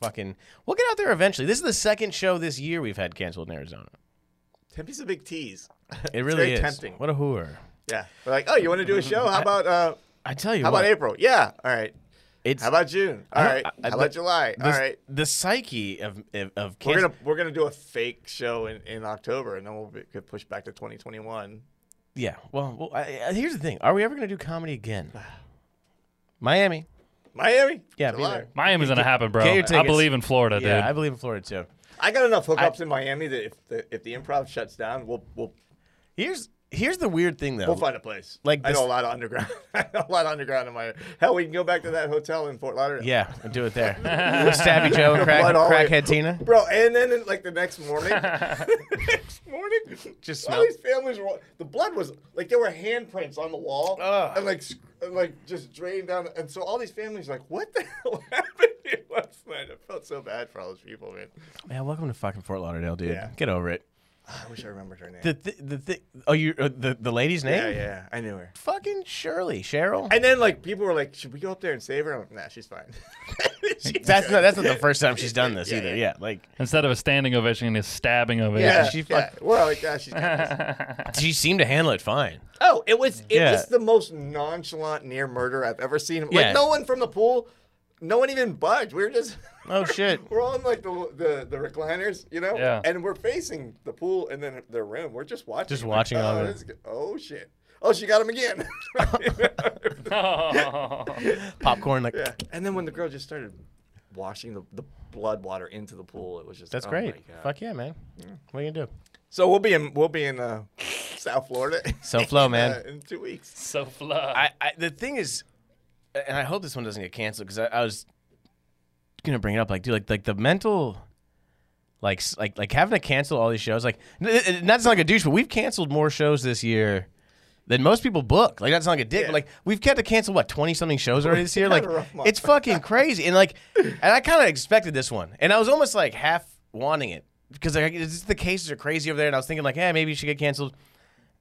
Speaker 1: fucking, we'll get out there eventually. This is the second show this year we've had canceled in Arizona.
Speaker 2: Tempe's a big tease.
Speaker 1: It really
Speaker 2: very
Speaker 1: is.
Speaker 2: tempting.
Speaker 1: What a whore.
Speaker 2: Yeah. We're like, oh, you want to do a show? How about uh,
Speaker 1: <laughs> I tell you
Speaker 2: how
Speaker 1: what,
Speaker 2: about April? Yeah. All right.
Speaker 1: it's
Speaker 2: How about June? All
Speaker 1: don't-
Speaker 2: right.
Speaker 1: I- I-
Speaker 2: How about July?
Speaker 1: the,
Speaker 2: All right.
Speaker 1: the psyche of of, of
Speaker 2: We're
Speaker 1: cancel.
Speaker 2: gonna we're gonna do a fake show in, in October, and then we'll be, could push back to 2021.
Speaker 1: Yeah. Well, well I, I- here's the thing. Are we ever gonna do
Speaker 2: <sighs>
Speaker 1: comedy again? Miami.
Speaker 2: Miami.
Speaker 1: Yeah, be
Speaker 2: July.
Speaker 1: there.
Speaker 3: Miami's gonna happen, bro.
Speaker 1: get your
Speaker 3: I
Speaker 1: tickets.
Speaker 3: believe in Florida,
Speaker 1: Yeah, I
Speaker 3: dude.
Speaker 1: believe in Florida too.
Speaker 2: I got enough hookups in Miami that if the if the improv shuts down, we'll we'll
Speaker 1: Here's here's the weird thing though.
Speaker 2: we'll find a place.
Speaker 1: Oh. Like
Speaker 2: I know
Speaker 1: this-
Speaker 2: a lot of underground. <laughs> I know a lot of underground in Miami. Hell, we can go back to that hotel in Fort Lauderdale.
Speaker 1: Yeah, we'll do it there.
Speaker 2: <laughs>
Speaker 1: With Stabby Joe and crack,
Speaker 2: blood all the way-
Speaker 1: Crackhead Tina.
Speaker 2: Bro, and then like the next
Speaker 1: <laughs>
Speaker 2: morning, <laughs> next morning,
Speaker 1: Just
Speaker 2: all
Speaker 1: smelled-
Speaker 2: these families were. The blood was like there were handprints on the wall,
Speaker 1: Ugh.
Speaker 2: and like sc- and, like just drained down. And so all these families like, what the <laughs> hell happened here last night? I felt so bad for all those people, man.
Speaker 1: Man, welcome to fucking Fort Lauderdale, dude.
Speaker 2: Yeah.
Speaker 1: Get over it.
Speaker 2: <sighs> I wish I remembered her name.
Speaker 1: The th- the th- oh you uh, the the lady's name?
Speaker 2: yeah, yeah, I knew her.
Speaker 1: Fucking Shirley, Cheryl.
Speaker 2: And then like people were like, should we go up there and save her? I'm like, nah, she's fine. <laughs> She's
Speaker 1: that's
Speaker 2: good.
Speaker 1: not that's not the first time she's done
Speaker 2: <laughs>
Speaker 1: this
Speaker 2: Yeah,
Speaker 1: either.
Speaker 2: yeah.
Speaker 1: Yeah. like
Speaker 3: Instead of a standing ovation, it's stabbing ovation. <laughs>
Speaker 2: Yeah,
Speaker 1: she
Speaker 2: she
Speaker 1: fuck-
Speaker 2: yeah. We're all like, yeah, she's got
Speaker 1: <laughs>
Speaker 2: this."
Speaker 1: she seemed to handle it fine.
Speaker 2: Oh, it was it
Speaker 1: Yeah.
Speaker 2: was the most nonchalant near murder I've ever seen. Like
Speaker 1: Yeah.
Speaker 2: no one from the pool, no one even budged. We were just <laughs>
Speaker 1: Oh shit.
Speaker 2: we're on like the, the the recliners, you know,
Speaker 3: Yeah.
Speaker 2: and we're facing the pool and then their room. We're just watching.
Speaker 1: Just
Speaker 2: Like,
Speaker 1: watching all
Speaker 2: oh,
Speaker 1: of it.
Speaker 2: this is good. Oh shit. Oh, she got him again. <laughs>
Speaker 3: <laughs>
Speaker 1: Popcorn like <laughs>
Speaker 2: yeah. And then when the girl just started washing the, the blood water into the pool, it was just
Speaker 1: that's
Speaker 2: oh
Speaker 1: great.
Speaker 2: my God.
Speaker 1: Fuck yeah, man. What are you gonna do?
Speaker 2: So we'll be in we'll be in uh, South Florida. <laughs>
Speaker 1: So flow, man.
Speaker 2: uh, in two weeks.
Speaker 3: so fluff.
Speaker 1: I, I the thing is, and I hope this one doesn't get canceled because I, I was gonna bring it up. Like, dude, like like the mental, like s- like like having to cancel all these shows. Like, n- n- n- not to sound like a douche, but we've canceled more shows this year. Than most people book, like not to sound like a dick,
Speaker 2: Yeah.
Speaker 1: but like we've had to cancel what twenty something shows
Speaker 2: <laughs>
Speaker 1: already this year.
Speaker 2: Had
Speaker 1: Like
Speaker 2: a rough month.
Speaker 1: it's fucking crazy, and like, and I kind of expected this one, and I was almost like half wanting it because like it's just the cases are crazy over there, and I was thinking like, hey, maybe you should get canceled.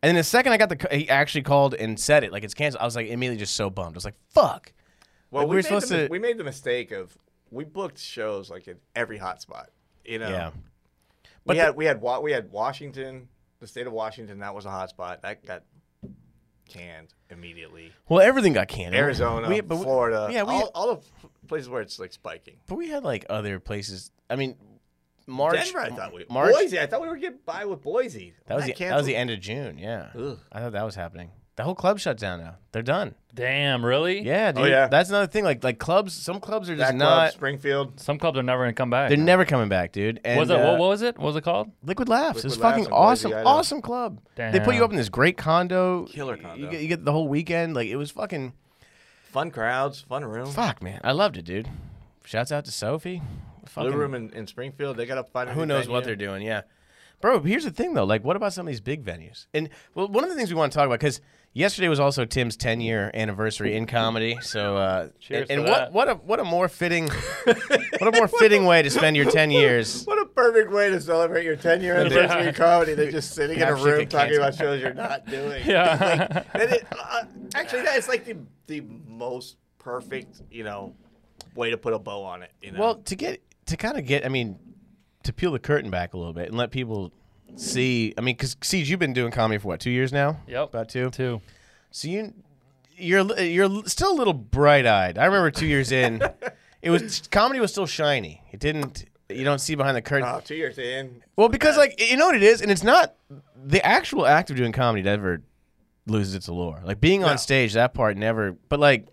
Speaker 1: And then the second I got the, c- he actually called and said it like it's canceled. I was like immediately just so bummed. I was like, fuck.
Speaker 2: Well, we,
Speaker 1: Like, we were
Speaker 2: made
Speaker 1: supposed
Speaker 2: the,
Speaker 1: to-
Speaker 2: to. We made the mistake of we booked shows like in every hotspot. You know,
Speaker 1: Yeah.
Speaker 2: we
Speaker 1: but
Speaker 2: had we had Wa- we had Washington, the state of Washington. That was a hotspot that got canned immediately.
Speaker 1: Well, everything got canceled.
Speaker 2: Arizona,
Speaker 1: We- but we-
Speaker 2: Florida,
Speaker 1: yeah, we-
Speaker 2: all, all the places where it's like spiking.
Speaker 1: But we had like other places. I mean, March.
Speaker 2: Denver, I thought we
Speaker 1: March.
Speaker 2: Boise. I thought we were getting by with Boise.
Speaker 1: That was the, that was
Speaker 2: canceled.
Speaker 1: the end of June. Yeah.
Speaker 2: Ugh.
Speaker 1: I thought that was happening. The whole club shut down now. They're done.
Speaker 3: Damn, really?
Speaker 1: Yeah, dude.
Speaker 2: Oh, yeah.
Speaker 1: That's another thing. Like like clubs. Some clubs are
Speaker 2: That
Speaker 1: just
Speaker 2: club,
Speaker 1: not.
Speaker 2: Springfield.
Speaker 3: Some clubs are never gonna come back.
Speaker 1: They're never coming back, dude. And,
Speaker 3: was it?
Speaker 1: uh,
Speaker 3: what, what was it? What was
Speaker 1: <laughs>
Speaker 3: it called?
Speaker 1: Liquid Laughs. it was
Speaker 2: Liquid Laughs
Speaker 1: fucking
Speaker 2: in Boise,
Speaker 1: awesome,
Speaker 2: Idaho.
Speaker 1: awesome club. They put you
Speaker 3: Damn.
Speaker 1: up in this great condo.
Speaker 2: Killer condo.
Speaker 1: You get, you get the whole weekend. Like it was fucking.
Speaker 2: Fun crowds, fun room.
Speaker 1: Fuck, man, I loved it, dude. Shouts out to Sophie.
Speaker 2: Blue
Speaker 1: Fucking,
Speaker 2: room in, in Springfield. They got to find. a
Speaker 1: who
Speaker 2: new
Speaker 1: knows what
Speaker 2: venue.
Speaker 1: they're doing? Yeah, bro. Here's the thing though. Like, what about some of these big venues? And well, one of the things we want to talk about because yesterday was also Tim's 10 year anniversary in comedy. So, uh, and,
Speaker 3: Cheers to
Speaker 1: and what
Speaker 3: that.
Speaker 1: what a what a more fitting <laughs> what a more fitting way to spend your 10 years.
Speaker 2: What a perfect way to celebrate your 10 year anniversary
Speaker 3: Yeah.
Speaker 2: in comedy than just sitting in a
Speaker 1: Perhaps you
Speaker 2: room
Speaker 1: could
Speaker 2: talking
Speaker 1: cancel.
Speaker 2: about shows you're not doing.
Speaker 3: <laughs> Yeah.
Speaker 2: Like, that is- uh, actually, that is like the, the most perfect, you know, way to put a bow on it. You know?
Speaker 1: Well, to get to kind of get, I mean, to peel the curtain back a little bit and let people see. I mean, because Siege, you've been doing comedy for what two years now?
Speaker 3: Yep.
Speaker 1: about two.
Speaker 3: too.
Speaker 1: So you, you're li- you're li- still a little bright eyed. I remember two years in, it was comedy was still shiny. It didn't. You don't see behind the curtain.
Speaker 2: Oh, two years in.
Speaker 1: Well, because like you know what it is, and it's not the actual act of doing comedy that ever loses its allure. Like being on
Speaker 2: No.
Speaker 1: stage, that part never. But like,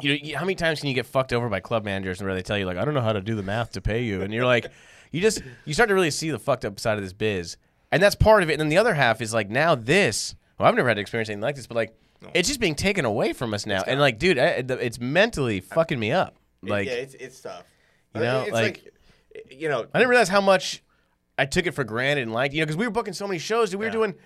Speaker 1: you know, you- how many times can you get fucked over by club managers where they tell you like, I don't know how to do the math to pay you, and you're like, <laughs> you just you start to really see the fucked up side of this biz, and that's part of it. And then the other half is like now this. Well, I've never had to experience anything like this, but like it's just being taken away from us now, and like, dude, I, it's mentally fucking me up. Like,
Speaker 2: yeah, it's, it's tough.
Speaker 1: You know,
Speaker 2: it's
Speaker 1: like-
Speaker 2: you know,
Speaker 1: I didn't realize how much I took it for granted and liked, you know, because we were booking so many shows. Dude, we were doing,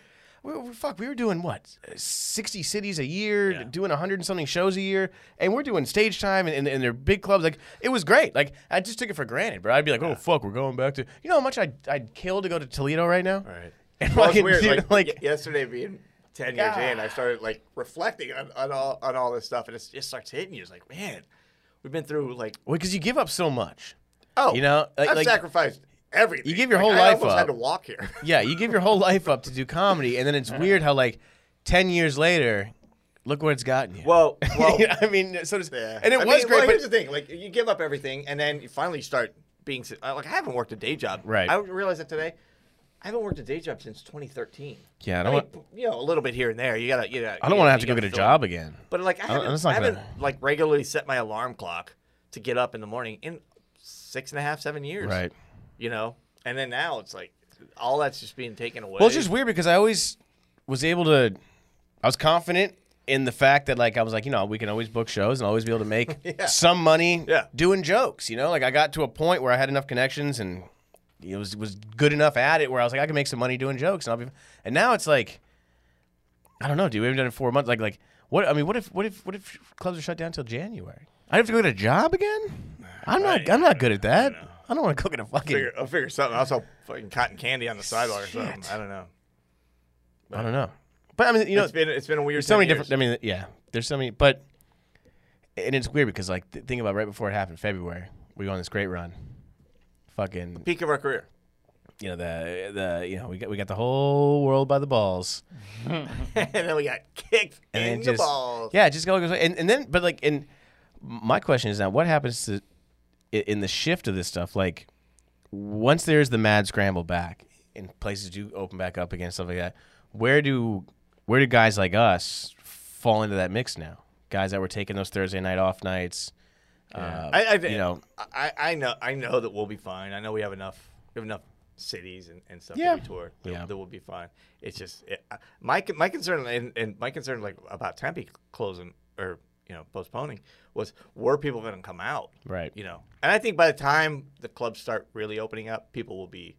Speaker 1: we were, fuck, we were doing what, 60 cities a year, doing 100 and something shows a year. And we're doing stage time and, and, and they're big clubs. Like, it was great. Like, I just took it for granted, bro. I'd be like, oh, fuck, we're going back to, you know how much I'd, I'd kill to go to Toledo right now? <laughs>
Speaker 2: right.
Speaker 1: And
Speaker 2: Well, it's
Speaker 1: fucking,
Speaker 2: weird.
Speaker 1: dude,
Speaker 2: like,
Speaker 1: like-
Speaker 2: y- yesterday, being ten years in, I started like reflecting on, on all on all this stuff, and it just starts hitting you. It's like, man, we've been through like
Speaker 1: Well, because you give up so much.
Speaker 2: oh,
Speaker 1: You know, like-
Speaker 2: I've
Speaker 1: like-
Speaker 2: sacrificed everything.
Speaker 1: You give your
Speaker 2: Like,
Speaker 1: whole
Speaker 2: I
Speaker 1: life
Speaker 2: almost
Speaker 1: up.
Speaker 2: had to walk here. <laughs>
Speaker 1: Yeah, you give your whole <laughs> life up to do comedy. And then it's weird how, like, 10 years later, look what it's gotten <laughs> you.
Speaker 2: Well, well,
Speaker 1: You know, I mean, so does,
Speaker 2: yeah.
Speaker 1: and it
Speaker 2: I
Speaker 1: was
Speaker 2: mean,
Speaker 1: great.
Speaker 2: Well,
Speaker 1: but
Speaker 2: here's the thing: like, you give up everything, and then you finally start being si- like, I haven't worked a day job.
Speaker 1: Right.
Speaker 2: I realized that today. I haven't worked a day job since 2013.
Speaker 1: Yeah, I
Speaker 2: I
Speaker 1: don't
Speaker 2: mean,
Speaker 1: want.
Speaker 2: you know, a little bit here and there. You gotta, you know.
Speaker 1: I don't want to have to go get a job again.
Speaker 2: But like I
Speaker 1: don't- that's
Speaker 2: haven't,
Speaker 1: not
Speaker 2: I haven't
Speaker 1: gonna-
Speaker 2: like regularly set my alarm clock to get up in the morning in six and a half, seven years.
Speaker 1: Right.
Speaker 2: You know, and then now it's like all that's just being taken away.
Speaker 1: Well, it's just weird because I always was able to. I was confident in the fact that, like, I was like, you know, we can always book shows and always be able to <laughs> make
Speaker 2: Yeah.
Speaker 1: some money
Speaker 2: Yeah.
Speaker 1: doing jokes. You know, like I got to a point where I had enough connections and it was was good enough at it where I was like, I can make some money doing jokes, and I'll be. And now it's like, I don't know, dude. We haven't done it in four months. Like, like what? I mean, what if, what if, what if clubs are shut down till January? I have to go get a job again. I'm not. I'm not good at that. I don't want to cook in a fucking.
Speaker 2: figure, I'll figure something. I'll sell fucking cotton candy on the sidewalk or something. I don't know.
Speaker 1: I don't know. But I mean, you know,
Speaker 2: it's been it's been a weird.
Speaker 1: there's so
Speaker 2: 10
Speaker 1: many
Speaker 2: years.
Speaker 1: different. I mean, yeah, there's so many. But and it's weird because like th- think about right before it happened, February, we go on this great run. Fucking,
Speaker 2: peak of our career. <laughs>
Speaker 1: you know the the you know we got we got the whole world by the balls,
Speaker 2: and then we got kicked
Speaker 1: and
Speaker 2: in
Speaker 1: then
Speaker 2: the
Speaker 1: just
Speaker 2: balls.
Speaker 1: yeah, it just go goes and and then but like and my question is now what happens to i- in the shift of this stuff like once there's the mad scramble back and places do open back up again stuff like that where do where do guys like us fall into that mix now guys that were taking those thursday night off nights uh,
Speaker 2: I, I
Speaker 1: you know
Speaker 2: I, I know I know that we'll be fine. I know we have enough we have enough cities and, and stuff
Speaker 1: Yeah.
Speaker 2: that we tour that,
Speaker 1: Yeah.
Speaker 2: that will be fine. It's just it, I- my con- my concern and, and my concern like about Tempe closing or you know postponing was were people going to come out
Speaker 1: Right.
Speaker 2: you know and I think by the time the clubs start really opening up people will be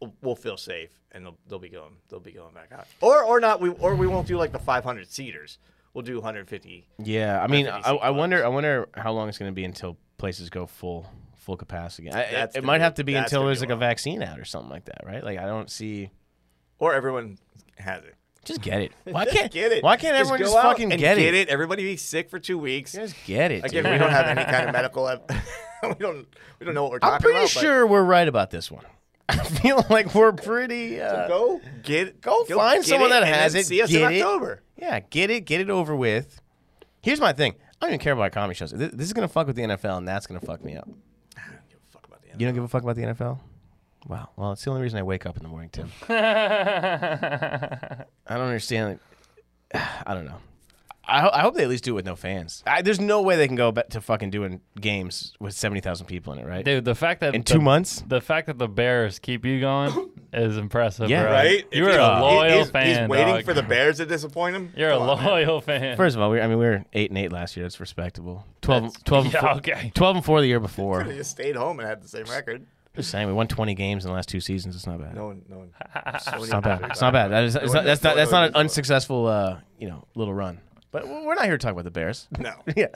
Speaker 2: will, will feel safe and they'll, they'll be going they'll be going back out or or not we or we won't do like the 500 seaters we'll do 150
Speaker 1: yeah i mean i,
Speaker 2: think
Speaker 1: I
Speaker 2: it's
Speaker 1: wonder i wonder how long it's going to be until places go full full capacity I, it,
Speaker 2: That's
Speaker 1: it
Speaker 2: gonna
Speaker 1: might
Speaker 2: be-
Speaker 1: have to be
Speaker 2: that's
Speaker 1: until
Speaker 2: gonna be
Speaker 1: there's
Speaker 2: a
Speaker 1: like a
Speaker 2: lot.
Speaker 1: vaccine out or something like that right like i don't see
Speaker 2: or everyone has it
Speaker 1: Just
Speaker 2: <laughs>
Speaker 1: get it. Why can't
Speaker 2: get it.
Speaker 1: Why can't everyone
Speaker 2: go
Speaker 1: just
Speaker 2: out
Speaker 1: fucking
Speaker 2: and
Speaker 1: get,
Speaker 2: get
Speaker 1: it?
Speaker 2: Everybody be sick for two weeks.
Speaker 1: Just get it.
Speaker 2: Again,
Speaker 1: dude.
Speaker 2: we don't have any
Speaker 1: <laughs>
Speaker 2: kind of medical. ev- <laughs> we don't. We don't know what we're talking
Speaker 1: I'm pretty
Speaker 2: about. but
Speaker 1: sure we're right about this one. <laughs> I feel like we're pretty. Uh,
Speaker 2: Go get.
Speaker 1: Go find
Speaker 2: get
Speaker 1: someone
Speaker 2: it
Speaker 1: that
Speaker 2: and then
Speaker 1: has it,
Speaker 2: See us
Speaker 1: get it.
Speaker 2: in October.
Speaker 1: yeah, get it. Get it over with. Here's my thing. I don't even care about comedy shows. Th- This is gonna fuck with the NFL, and that's gonna fuck me up.
Speaker 2: I don't give a fuck about the
Speaker 1: You don't give a fuck about the NFL? Wow. Well, it's the only reason I wake up in the morning, <laughs> Tim. I don't understand. Like, <sighs> I don't know. I, ho- I hope they at least do it with no fans. I, there's no way they can go back to fucking doing games with seventy thousand people in it, right?
Speaker 3: Dude, the fact that
Speaker 1: in
Speaker 3: the-
Speaker 1: two months.
Speaker 3: the fact that the Bears keep you
Speaker 1: <coughs>
Speaker 3: going is impressive.
Speaker 1: Yeah.
Speaker 3: bro.
Speaker 2: Right?
Speaker 3: You're
Speaker 2: If
Speaker 3: a
Speaker 2: he's-
Speaker 3: loyal
Speaker 2: he's,
Speaker 3: fan.
Speaker 2: He's waiting
Speaker 3: dog.
Speaker 2: for the Bears to disappoint him. <laughs>
Speaker 3: You're a
Speaker 2: Come on, man.
Speaker 3: loyal fan.
Speaker 1: First of all, we, I mean, we were eight and eight last year. That's respectable. 12, 12 <laughs> and
Speaker 3: yeah,
Speaker 1: four,
Speaker 3: okay.
Speaker 1: twelve and four the year <laughs> before.
Speaker 2: They just stayed home and had the same record.
Speaker 1: Just saying, we won twenty games in the last two seasons. It's not bad.
Speaker 2: No one. No
Speaker 3: <laughs>
Speaker 2: one.
Speaker 1: it's not bad. It's not bad. <laughs> That is, it's not, that's not that's not an
Speaker 2: No.
Speaker 1: unsuccessful, uh, you know, little run. But we're not here to talk about the Bears.
Speaker 2: No. <laughs>
Speaker 1: yeah.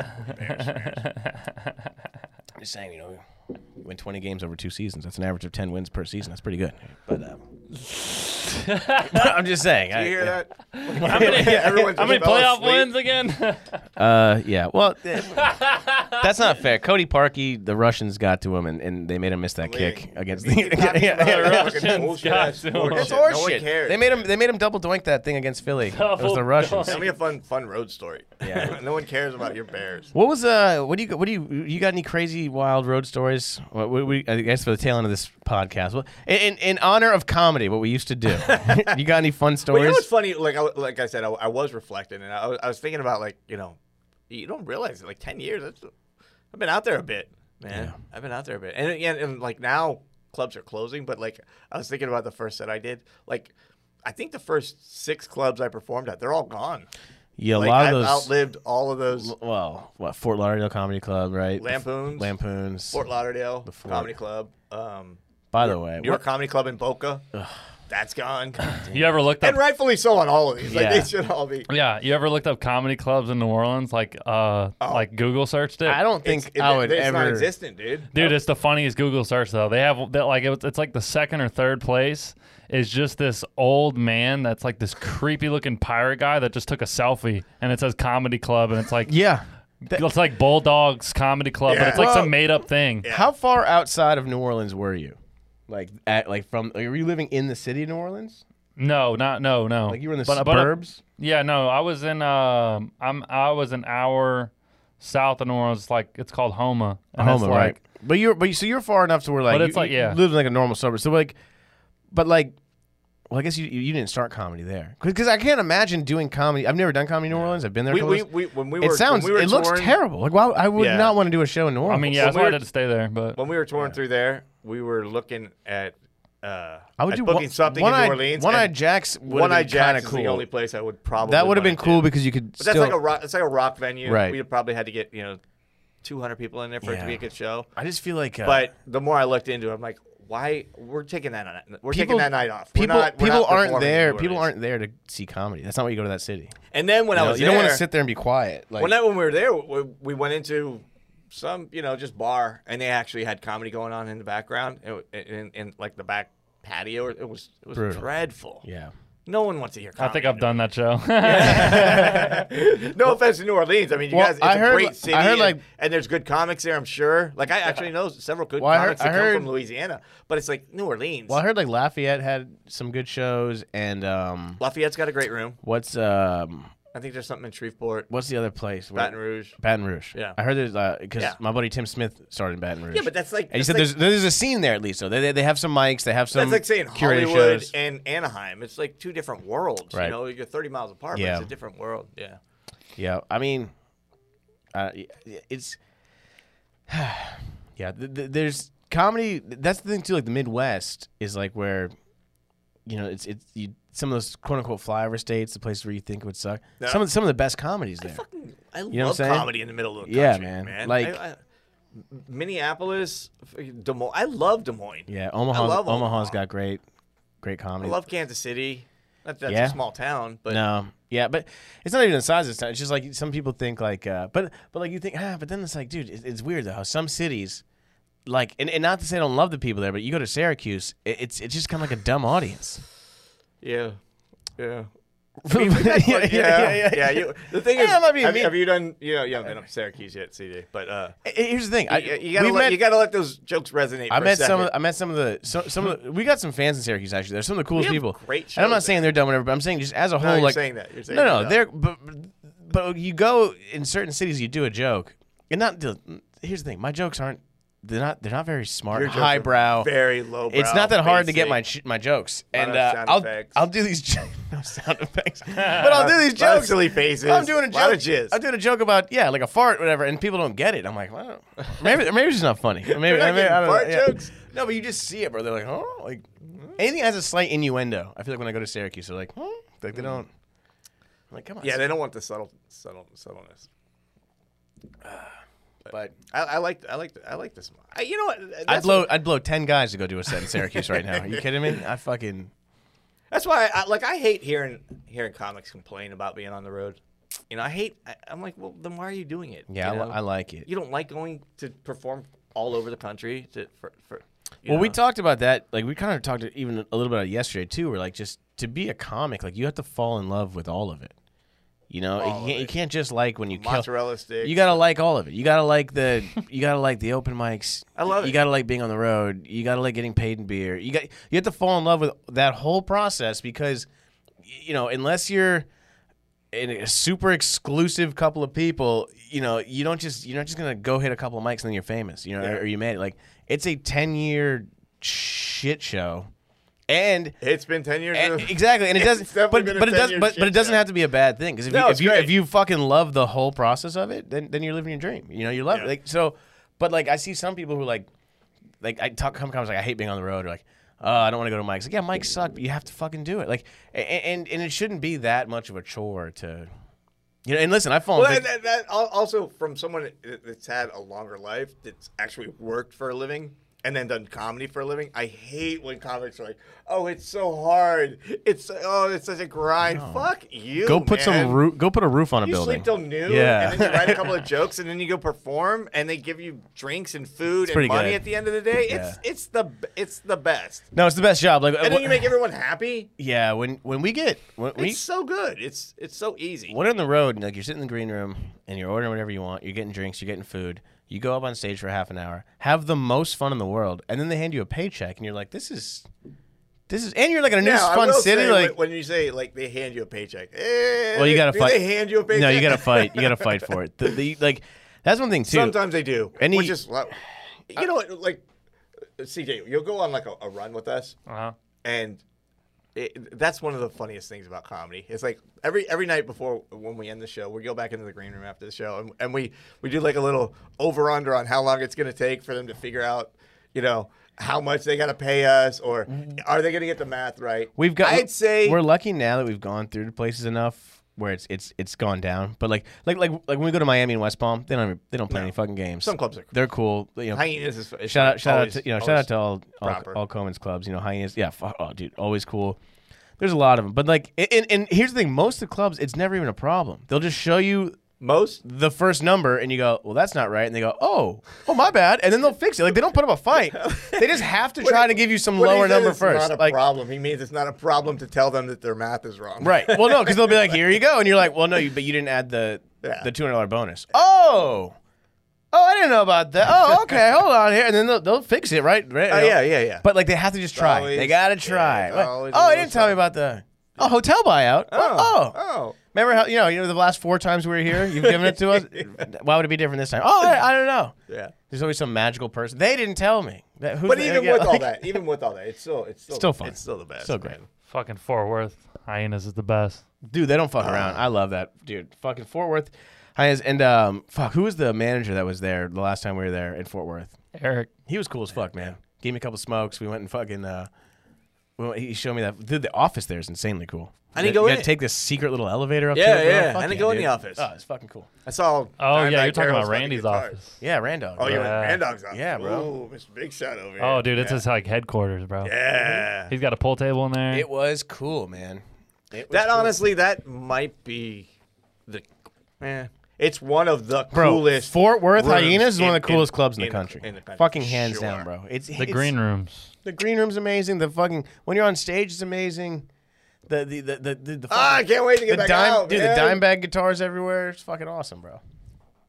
Speaker 1: I'm just saying, you know, you win 20 games over two seasons. That's an average of 10 wins per season. That's pretty good. But um, <laughs> I'm
Speaker 2: <laughs>
Speaker 1: just saying.
Speaker 2: You
Speaker 1: I,
Speaker 2: hear
Speaker 1: yeah.
Speaker 2: that?
Speaker 3: <laughs>
Speaker 2: <laughs>
Speaker 3: How many,
Speaker 2: everyone
Speaker 3: how many
Speaker 2: "Oh, just fell
Speaker 3: playoff
Speaker 2: asleep.
Speaker 3: wins again?
Speaker 2: <laughs>
Speaker 1: Uh, yeah. Well, eh, That's not fair. Cody Parkey, the Russians got to him, and, and they made him miss that kick
Speaker 2: <laughs>
Speaker 1: against the.
Speaker 2: Talking
Speaker 1: <laughs> yeah,
Speaker 2: about
Speaker 1: yeah.
Speaker 2: fucking
Speaker 3: Russians
Speaker 2: bullshit
Speaker 3: got
Speaker 2: ass
Speaker 3: to
Speaker 2: sport shit.
Speaker 3: him.
Speaker 1: That's our
Speaker 2: No one
Speaker 1: shit.
Speaker 2: cares. Oh,
Speaker 1: They made him. They made him double doink that thing
Speaker 2: <laughs>
Speaker 1: against Philly. it was
Speaker 3: Double
Speaker 1: the Russians.
Speaker 2: Tell me a fun, fun road story.
Speaker 1: Yeah.
Speaker 2: <laughs> no one cares about your Bears.
Speaker 1: What was uh? What do you what do you you got any crazy wild road stories? What we, we I guess for the tail end of this podcast. Well, in in honor of comedy, what we used to do. <laughs> you got any fun
Speaker 2: But you know what's funny?
Speaker 1: stories?
Speaker 2: Like I, like I said, I, I was reflecting, and I was, I was thinking about like you know, you don't realize it. Like ten years, that's, I've been out there a bit, man. I've been out there a bit, and again, and like now clubs are closing, but like I was thinking about the first set I did, like. I think the first six clubs I performed at, they're all gone.
Speaker 1: yeah, a
Speaker 2: Like,
Speaker 1: lot
Speaker 2: I've
Speaker 1: of those.
Speaker 2: outlived all of those
Speaker 1: well, what Fort Lauderdale Comedy Club, right?
Speaker 2: Lampoons.
Speaker 1: Lampoons.
Speaker 2: Fort Lauderdale
Speaker 1: Fort.
Speaker 2: Comedy Club. Um,
Speaker 1: By the way,
Speaker 2: New York
Speaker 1: what-
Speaker 2: Comedy Club in Boca. That's
Speaker 1: <laughs>
Speaker 2: gone.
Speaker 3: <laughs> You ever looked up?
Speaker 2: and rightfully so on all of these. Like
Speaker 1: Yeah.
Speaker 2: they should all be.
Speaker 3: Yeah, you ever looked up comedy clubs in New Orleans? Like, uh,
Speaker 1: Oh.
Speaker 3: like Google searched it.
Speaker 1: I don't think
Speaker 2: It's,
Speaker 1: I would
Speaker 2: it's
Speaker 1: ever.
Speaker 2: non-existent, dude.
Speaker 3: Dude, it's the funniest Google search though. They have that like it's it's like the second or third place is just this old man that's like this creepy looking pirate guy that just took a selfie and it says comedy club and it's like
Speaker 1: Yeah.
Speaker 3: <laughs> it's like Bulldogs Comedy Club, but it's like
Speaker 1: Yeah.
Speaker 3: some made up thing.
Speaker 1: How far outside of New Orleans were you? Like at like from? Like, were you living in the city of New Orleans?
Speaker 3: No, not no, no.
Speaker 1: Like you were in the
Speaker 3: But- but, uh,
Speaker 1: suburbs?
Speaker 3: yeah, no. I was in um I'm I was an hour south of New Orleans, It's like it's called Homa. And it's
Speaker 1: Homa,
Speaker 3: like,
Speaker 1: right? But you're but you, so you're far enough to where like
Speaker 3: But it's
Speaker 1: you,
Speaker 3: like,
Speaker 1: you
Speaker 3: yeah.
Speaker 1: live in like a normal suburb. So like, but like, well, I guess you you you didn't start comedy there because I can't imagine doing comedy. I've never done comedy in New Orleans. I've been there. a
Speaker 2: We,
Speaker 1: couple
Speaker 2: we,
Speaker 1: times.
Speaker 2: we, when we
Speaker 1: it
Speaker 2: were,
Speaker 1: sounds
Speaker 2: when we were
Speaker 1: it looks
Speaker 2: touring-
Speaker 1: terrible. Like why I would
Speaker 2: Yeah.
Speaker 1: not want to do a show in New
Speaker 3: I
Speaker 1: Orleans.
Speaker 3: mean, yeah,
Speaker 2: Well,
Speaker 3: that's why I
Speaker 2: we're-
Speaker 3: had to stay there, but
Speaker 2: When we were touring through there, we were looking at uh,
Speaker 1: I would
Speaker 2: at
Speaker 1: do
Speaker 2: booking
Speaker 1: one,
Speaker 2: something in
Speaker 1: one-eyed-
Speaker 2: New Orleans.
Speaker 1: One-eyed
Speaker 2: and
Speaker 1: Jacks would
Speaker 2: One-Eyed
Speaker 1: have been kind
Speaker 2: Jack's
Speaker 1: of
Speaker 2: is
Speaker 1: cool.
Speaker 2: the only place I would probably.
Speaker 1: that would have
Speaker 2: wanna
Speaker 1: been
Speaker 2: do.
Speaker 1: cool because you could.
Speaker 2: But that's
Speaker 1: still,
Speaker 2: like a rock. It's like a rock venue.
Speaker 1: Right.
Speaker 2: We probably had to get you know, two hundred people in there for it
Speaker 1: Yeah.
Speaker 2: to be a good show.
Speaker 1: I just feel like uh,
Speaker 2: But the more I looked into it, I'm like, why we're taking that night? We're taking that night off. We're
Speaker 1: People,
Speaker 2: not- we're
Speaker 1: people
Speaker 2: not
Speaker 1: aren't
Speaker 2: performing in
Speaker 1: there.
Speaker 2: New
Speaker 1: People
Speaker 2: Orleans.
Speaker 1: aren't there to see comedy. That's not why you go to that city.
Speaker 2: And then when
Speaker 1: You,
Speaker 2: I
Speaker 1: know,
Speaker 2: was
Speaker 1: you don't want to
Speaker 2: there-
Speaker 1: sit there and be quiet. Like,
Speaker 2: One night when we were there, we, we went into some, you know, just bar, and they actually had comedy going on in the background, and in, in like the back patio. It was it was
Speaker 1: Brutal.
Speaker 2: dreadful.
Speaker 1: yeah.
Speaker 2: No one wants to hear.
Speaker 3: I
Speaker 2: Comedy.
Speaker 3: think
Speaker 2: <laughs>
Speaker 3: I've done that show. <laughs>
Speaker 2: no offense to New Orleans. I mean, you
Speaker 1: Well,
Speaker 2: guys, it's
Speaker 1: I
Speaker 2: a
Speaker 1: heard li- I
Speaker 2: great city.
Speaker 1: heard,
Speaker 2: and,
Speaker 1: like-
Speaker 2: and there's good comics there, I'm sure. Like, I actually know several good
Speaker 1: Well, I heard-
Speaker 2: comics
Speaker 1: I
Speaker 2: that
Speaker 1: heard-
Speaker 2: come from Louisiana, but it's like New Orleans.
Speaker 1: Well, I heard like Lafayette had some good shows, and um,
Speaker 2: Lafayette's got a great room.
Speaker 1: what's um,
Speaker 2: I think there's something in Shreveport,
Speaker 1: what's the other place? where-
Speaker 2: Baton Rouge.
Speaker 1: Baton Rouge.
Speaker 2: Yeah.
Speaker 1: I heard there's because
Speaker 2: Yeah.
Speaker 1: my buddy Tim Smith started in Baton Rouge.
Speaker 2: Yeah, but that's like
Speaker 1: and he
Speaker 2: that's
Speaker 1: said
Speaker 2: like-
Speaker 1: there's there's a scene there at least. So they, they, they have some mics, they have some
Speaker 2: That's like saying
Speaker 1: curated
Speaker 2: Hollywood
Speaker 1: shows.
Speaker 2: and Anaheim. It's like two different worlds.
Speaker 1: Right.
Speaker 2: You know, you're 30 miles apart,
Speaker 1: Yeah.
Speaker 2: but it's a different world. Yeah.
Speaker 1: Yeah, I mean, uh, it's <sighs> yeah. Th- th- there's comedy. That's the thing too. Like the Midwest is like where, you know, it's it's you, some of those quote unquote flyover states, the places where you think it would suck.
Speaker 2: Yeah.
Speaker 1: Some of some of the best comedies there.
Speaker 2: Fucking, I
Speaker 1: what I'm
Speaker 2: love
Speaker 1: saying?
Speaker 2: comedy in the middle of the
Speaker 1: Yeah,
Speaker 2: country,
Speaker 1: man.
Speaker 2: man.
Speaker 1: Like-
Speaker 2: I, I, Minneapolis, f- Des Moines. I love Des Moines.
Speaker 1: yeah, Omaha.
Speaker 2: love
Speaker 1: Omaha's
Speaker 2: Omaha.
Speaker 1: got great, great comedy.
Speaker 2: I love Kansas City. That, that's
Speaker 1: Yeah.
Speaker 2: a small town, but
Speaker 1: No, yeah, but it's not even the size of the town. It's just like some people think like, uh, but but like you think, ah, but then it's like, dude, it's, it's weird though. How some cities, like, and, and not to say I don't love the people there, but you go to Syracuse, it, it's it's just kind of like a
Speaker 2: <laughs>
Speaker 1: dumb audience.
Speaker 2: yeah, yeah.
Speaker 1: <laughs> yeah, <laughs> yeah,
Speaker 2: But yeah, yeah, You, the thing is,
Speaker 1: Yeah, I'm not being
Speaker 2: have,
Speaker 1: mean.
Speaker 2: have you done? You know, you haven't been up to Syracuse yet, CD. But uh,
Speaker 1: Here's the thing, I,
Speaker 2: you, you gotta
Speaker 1: we
Speaker 2: let,
Speaker 1: met-
Speaker 2: you gotta let those jokes resonate.
Speaker 1: I
Speaker 2: for a
Speaker 1: met some. Of,
Speaker 2: second.
Speaker 1: I met some of the. So, some of the, we got some fans in Syracuse. Actually, they're some of the coolest
Speaker 2: have
Speaker 1: people.
Speaker 2: great
Speaker 1: and I'm not
Speaker 2: shows
Speaker 1: saying they're dumb, whatever. But I'm saying just as a whole,
Speaker 2: you're
Speaker 1: like
Speaker 2: saying that. You're saying
Speaker 1: no, no,
Speaker 2: that.
Speaker 1: they're but but you go in certain cities, you do a joke, and not. the- Here's the thing: my jokes aren't. They're not. They're not very smart,
Speaker 2: Your jokes are
Speaker 1: highbrow.
Speaker 2: very low.
Speaker 1: it's not that hard to
Speaker 2: basic.
Speaker 1: get my ch- my jokes,
Speaker 2: Lot
Speaker 1: and
Speaker 2: of
Speaker 1: uh,
Speaker 2: sound
Speaker 1: I'll
Speaker 2: effects.
Speaker 1: I'll do these <laughs> jo- no
Speaker 2: <laughs>
Speaker 1: sound effects, but I'll do these
Speaker 2: Lot of
Speaker 1: jokes.
Speaker 2: silly faces.
Speaker 1: I'm doing a
Speaker 2: Lot of jizz.
Speaker 1: joke. I'm doing a joke about yeah, like a fart, whatever, and people don't get it. I'm like, well, maybe <laughs> maybe it's just not funny. Maybe,
Speaker 2: not
Speaker 1: maybe- I
Speaker 2: getting
Speaker 1: don't know,
Speaker 2: fart
Speaker 1: yeah.
Speaker 2: jokes?
Speaker 1: No, but you just see it, bro. They're like, oh, like
Speaker 2: hmm.
Speaker 1: anything that has a slight innuendo. I feel like when I go to Syracuse, they're like, huh? like they don't. I'm like, come on.
Speaker 2: Hmm. Yeah, they don't want the subtle, subtle, subtleness.
Speaker 1: but
Speaker 2: I, I like, I like, I like this. I, you know what?
Speaker 1: I'd
Speaker 2: That's,
Speaker 1: blow I'd blow ten guys to go do a set in Syracuse right now. Are
Speaker 2: <laughs>
Speaker 1: you kidding me? I fucking
Speaker 2: that's why, I, like, I hate hearing hearing comics complain about being on the road. You know, I hate. I, I'm like, well, then why are you doing it?
Speaker 1: yeah,
Speaker 2: you
Speaker 1: I, li-
Speaker 2: know?
Speaker 1: I like it.
Speaker 2: You don't like going to perform all over the country to for. for you
Speaker 1: Well, we
Speaker 2: know?
Speaker 1: talked about that. Like we kind of talked even a little bit about it yesterday too. Where like just to be a comic, like you have to fall in love with all of it. You know,
Speaker 2: All
Speaker 1: you
Speaker 2: of
Speaker 1: can't, you
Speaker 2: it.
Speaker 1: can't just like when you kill.
Speaker 2: Mozzarella sticks.
Speaker 1: You gotta like all of it. You gotta like the you gotta like the open mics.
Speaker 2: <laughs> I love
Speaker 1: You
Speaker 2: it.
Speaker 1: gotta like being on the road. You gotta like getting paid in beer. You got you have to fall in love with that whole process because y- you know unless you're in a super exclusive couple of people, you know you don't just you're not just gonna go hit a couple of mics and then you're famous. You know,
Speaker 2: Yeah.
Speaker 1: or, you made it. Like it's a ten year shit show, and
Speaker 2: It's been ten years.
Speaker 1: and-
Speaker 2: of-
Speaker 1: Eh, exactly, and it
Speaker 2: <laughs>
Speaker 1: doesn't.
Speaker 2: It's definitely
Speaker 1: But,
Speaker 2: been a
Speaker 1: but it
Speaker 2: 10-year
Speaker 1: doesn't. But, but it
Speaker 2: shit
Speaker 1: doesn't
Speaker 2: show.
Speaker 1: have to be a bad thing because if,
Speaker 2: No,
Speaker 1: you, if
Speaker 2: it's
Speaker 1: you if
Speaker 2: great.
Speaker 1: you fucking love the whole process of it, then then you're living your dream. You know, you love it.
Speaker 2: Yeah.
Speaker 1: like so. But like I see some people who like like I talk come comments like I hate being on the road. Or like oh, I don't want to go to mics. Like yeah, mics suck, but you have to fucking do it. Like a- a- and and it shouldn't be that much of a chore to. You know, and listen, I've fallen.
Speaker 2: Well,
Speaker 1: vic-
Speaker 2: and that, that al- also from someone that- that's had a longer life, that's actually worked for a living and then done comedy for a living. I hate when comics are like, "Oh, it's so hard. It's oh, it's such a grind." Fuck you.
Speaker 1: go put
Speaker 2: man.
Speaker 1: some roof. Go put a roof on a
Speaker 2: You
Speaker 1: building.
Speaker 2: sleep till noon,
Speaker 1: Yeah.
Speaker 2: and then
Speaker 1: <laughs>
Speaker 2: you write a couple of jokes, and then you go perform, and they give you drinks and food
Speaker 1: pretty
Speaker 2: and money
Speaker 1: good.
Speaker 2: at the end of the day.
Speaker 1: Yeah.
Speaker 2: It's it's the it's the best,
Speaker 1: no, it's the best job. Like
Speaker 2: and
Speaker 1: wh-
Speaker 2: then you make everyone happy.
Speaker 1: yeah, when when we get when we
Speaker 2: It's so good. It's it's so easy.
Speaker 1: When on the road, like you're sitting in the green room and you're ordering whatever you want, you're getting drinks, you're getting food, you go up on stage for half an hour, have the most fun in the world, and then they hand you a paycheck and you're like, This is this is and you're like in a new
Speaker 2: Now, I
Speaker 1: fun
Speaker 2: will
Speaker 1: city,
Speaker 2: say,
Speaker 1: like
Speaker 2: when when you say like they hand you a paycheck, eh,
Speaker 1: Well you gotta
Speaker 2: do
Speaker 1: fight
Speaker 2: They hand you a paycheck.
Speaker 1: No,
Speaker 2: <laughs>
Speaker 1: you gotta fight. You gotta fight for it. The, the like that's one thing too.
Speaker 2: Sometimes they do.
Speaker 1: Any-
Speaker 2: which is lo- you know what, like CJ, you'll go on like a, a run with us,
Speaker 3: Uh-huh.
Speaker 2: and it, that's one of the funniest things about comedy. It's like every every night before when we end the show, we go back into the green room after the show, and, and we we do like a little over under on how long it's gonna take for them to figure out, you know. How much they gotta pay us, or are they gonna get the math right?
Speaker 1: Mm-hmm. We've got.
Speaker 2: I'd say
Speaker 1: we're lucky now that we've gone through to places enough where it's it's it's gone down. But like like like like when we go to Miami and West Palm, they don't even- they don't play any fucking games.
Speaker 2: Some clubs are-
Speaker 1: they're cool. You know,
Speaker 2: Hyenas is is
Speaker 1: shout out shout
Speaker 2: always-
Speaker 1: out to you know shout
Speaker 2: always-
Speaker 1: out to all all,
Speaker 2: proper.
Speaker 1: all Coleman's clubs. You know, hyenas. Yeah, fuck, oh, dude, always cool. There's a lot of them, but like, a- and, and here's the thing: most of the clubs, it's never even a problem. They'll just show you
Speaker 2: most
Speaker 1: the first number, and you go, "Well, that's not right," and they go, "Oh, oh, my bad," and then they'll fix it. Like they don't put up a fight; they just have
Speaker 2: <laughs>
Speaker 1: to try to give you some
Speaker 2: When he
Speaker 1: lower
Speaker 2: says
Speaker 1: number
Speaker 2: it's
Speaker 1: first.
Speaker 2: Not a
Speaker 1: like,
Speaker 2: problem. He means it's not a problem to tell them that their math is wrong.
Speaker 1: Right. Well, no, because they'll be like, "Here you go," and you're like, "Well, no, you, but you didn't add the
Speaker 2: Yeah.
Speaker 1: the two hundred dollar bonus." Oh, oh, I didn't know about that.
Speaker 2: <laughs>
Speaker 1: Oh, okay, hold on here, and then they'll, they'll fix it, right? Right.
Speaker 2: Oh yeah, yeah, yeah.
Speaker 1: But like, they have to just try. they
Speaker 2: always-
Speaker 1: gotta
Speaker 2: yeah,
Speaker 1: try.
Speaker 2: it's
Speaker 1: What?
Speaker 2: always a
Speaker 1: oh, I
Speaker 2: little
Speaker 1: didn't tell me about the oh hotel buyout. Oh, oh.
Speaker 2: <laughs> oh.
Speaker 1: remember how you know you know the last four times we were here, you've given it
Speaker 2: <laughs>
Speaker 1: to us. Why would it be different this time? Oh, I, I don't know.
Speaker 2: Yeah.
Speaker 1: There's always some magical person. They didn't tell me. That, who's
Speaker 2: But
Speaker 1: the-
Speaker 2: even
Speaker 1: yeah,
Speaker 2: with all
Speaker 1: like-
Speaker 2: that, even with all that, it's still it's still,
Speaker 1: Still fun.
Speaker 2: It's still the best.
Speaker 1: So great.
Speaker 2: man.
Speaker 3: Fucking Fort Worth hyenas is the best.
Speaker 1: Dude, they don't fuck
Speaker 2: Uh.
Speaker 1: around. I love that, dude. Fucking Fort Worth Hyenas. And um, fuck, who was the manager that was there the last time we were there in Fort Worth?
Speaker 3: Eric,
Speaker 1: He was cool as fuck, man. Gave me a couple smokes. We went and fucking. Uh, well, he showed me that. Dude, the office there is insanely cool.
Speaker 2: I didn't
Speaker 1: You
Speaker 2: go
Speaker 1: gotta
Speaker 2: in it.
Speaker 1: Take this secret little elevator up.
Speaker 2: Yeah,
Speaker 1: to it, bro.
Speaker 2: yeah.
Speaker 1: Fuck
Speaker 2: I didn't go in
Speaker 1: dude.
Speaker 2: the office.
Speaker 1: Oh, it's fucking cool.
Speaker 2: I saw.
Speaker 3: Oh
Speaker 2: Dimebag
Speaker 3: yeah, you're talking
Speaker 2: Darrell's
Speaker 3: about
Speaker 2: fucking
Speaker 3: Randy's
Speaker 2: guitar.
Speaker 3: office.
Speaker 1: Yeah, Randolph.
Speaker 2: Oh,
Speaker 1: bro.
Speaker 2: you're in
Speaker 3: Yeah.
Speaker 2: Randog's office.
Speaker 1: Yeah, bro.
Speaker 2: Ooh, Mr. Big Shot over here.
Speaker 3: Oh dude, it's his like headquarters, bro.
Speaker 2: Yeah.
Speaker 3: He's got a pool table in there.
Speaker 1: It was cool, man. It was
Speaker 2: That honestly, that might be the. Man, it's one of the
Speaker 1: Bro,
Speaker 2: coolest.
Speaker 1: Fort Worth
Speaker 2: rooms
Speaker 1: Hyenas is one of the
Speaker 2: in-
Speaker 1: coolest clubs in, the
Speaker 2: in-
Speaker 1: country.
Speaker 2: in the country.
Speaker 1: Fucking hands
Speaker 2: Sure.
Speaker 1: down, bro. It's
Speaker 3: the green rooms.
Speaker 1: The green room's amazing. The fucking when you're on stage is amazing. The the the the, the, the
Speaker 2: Ah, I
Speaker 1: fucking-
Speaker 2: can't wait to get
Speaker 1: the
Speaker 2: back
Speaker 1: dime,
Speaker 2: out.
Speaker 1: dude.
Speaker 2: man.
Speaker 1: The dime bag guitars everywhere. It's fucking awesome, bro.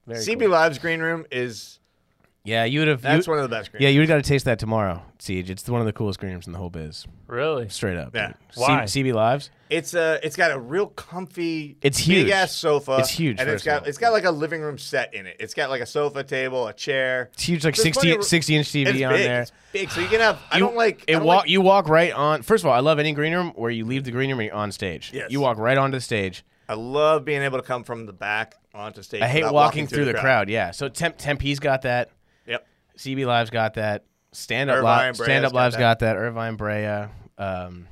Speaker 1: Very
Speaker 2: CB
Speaker 1: cool.
Speaker 2: Live's green room is
Speaker 1: Yeah, you would have.
Speaker 2: that's one of the best green.
Speaker 1: yeah, you would got to taste that tomorrow, Siege. It's one of the coolest green rooms in the whole biz.
Speaker 3: Really?
Speaker 1: Straight up.
Speaker 2: Yeah.
Speaker 1: dude.
Speaker 3: Why?
Speaker 1: C- CB Lives.
Speaker 2: It's a. It's got a real comfy.
Speaker 1: It's huge.
Speaker 2: Big ass sofa.
Speaker 1: It's huge,
Speaker 2: And it's
Speaker 1: first of
Speaker 2: got
Speaker 1: all.
Speaker 2: it's got like a living room set in it. It's got like a sofa, table, a chair.
Speaker 1: It's huge, like
Speaker 2: There's
Speaker 1: 60,
Speaker 2: plenty of-
Speaker 1: 60 inch TV
Speaker 2: It's
Speaker 1: on
Speaker 2: big.
Speaker 1: there.
Speaker 2: It's big. So you can have. I
Speaker 1: You-
Speaker 2: don't like. I
Speaker 1: it.
Speaker 2: don't
Speaker 1: Walk
Speaker 2: like-
Speaker 1: you walk right on. First of all, I love any green room where you leave the green room and you're on stage.
Speaker 2: Yes.
Speaker 1: You walk right onto the stage.
Speaker 2: I love being able to come from the back onto stage.
Speaker 1: I hate
Speaker 2: without
Speaker 1: walking, through, the crowd. Yeah. So Temp Tempe's got that.
Speaker 2: Yep.
Speaker 1: CB Live's got that. Stand up
Speaker 2: Irvine
Speaker 1: live.
Speaker 2: Brea's
Speaker 1: Stand up
Speaker 2: got
Speaker 1: live's
Speaker 2: that.
Speaker 1: got that. Irvine Brea. Um,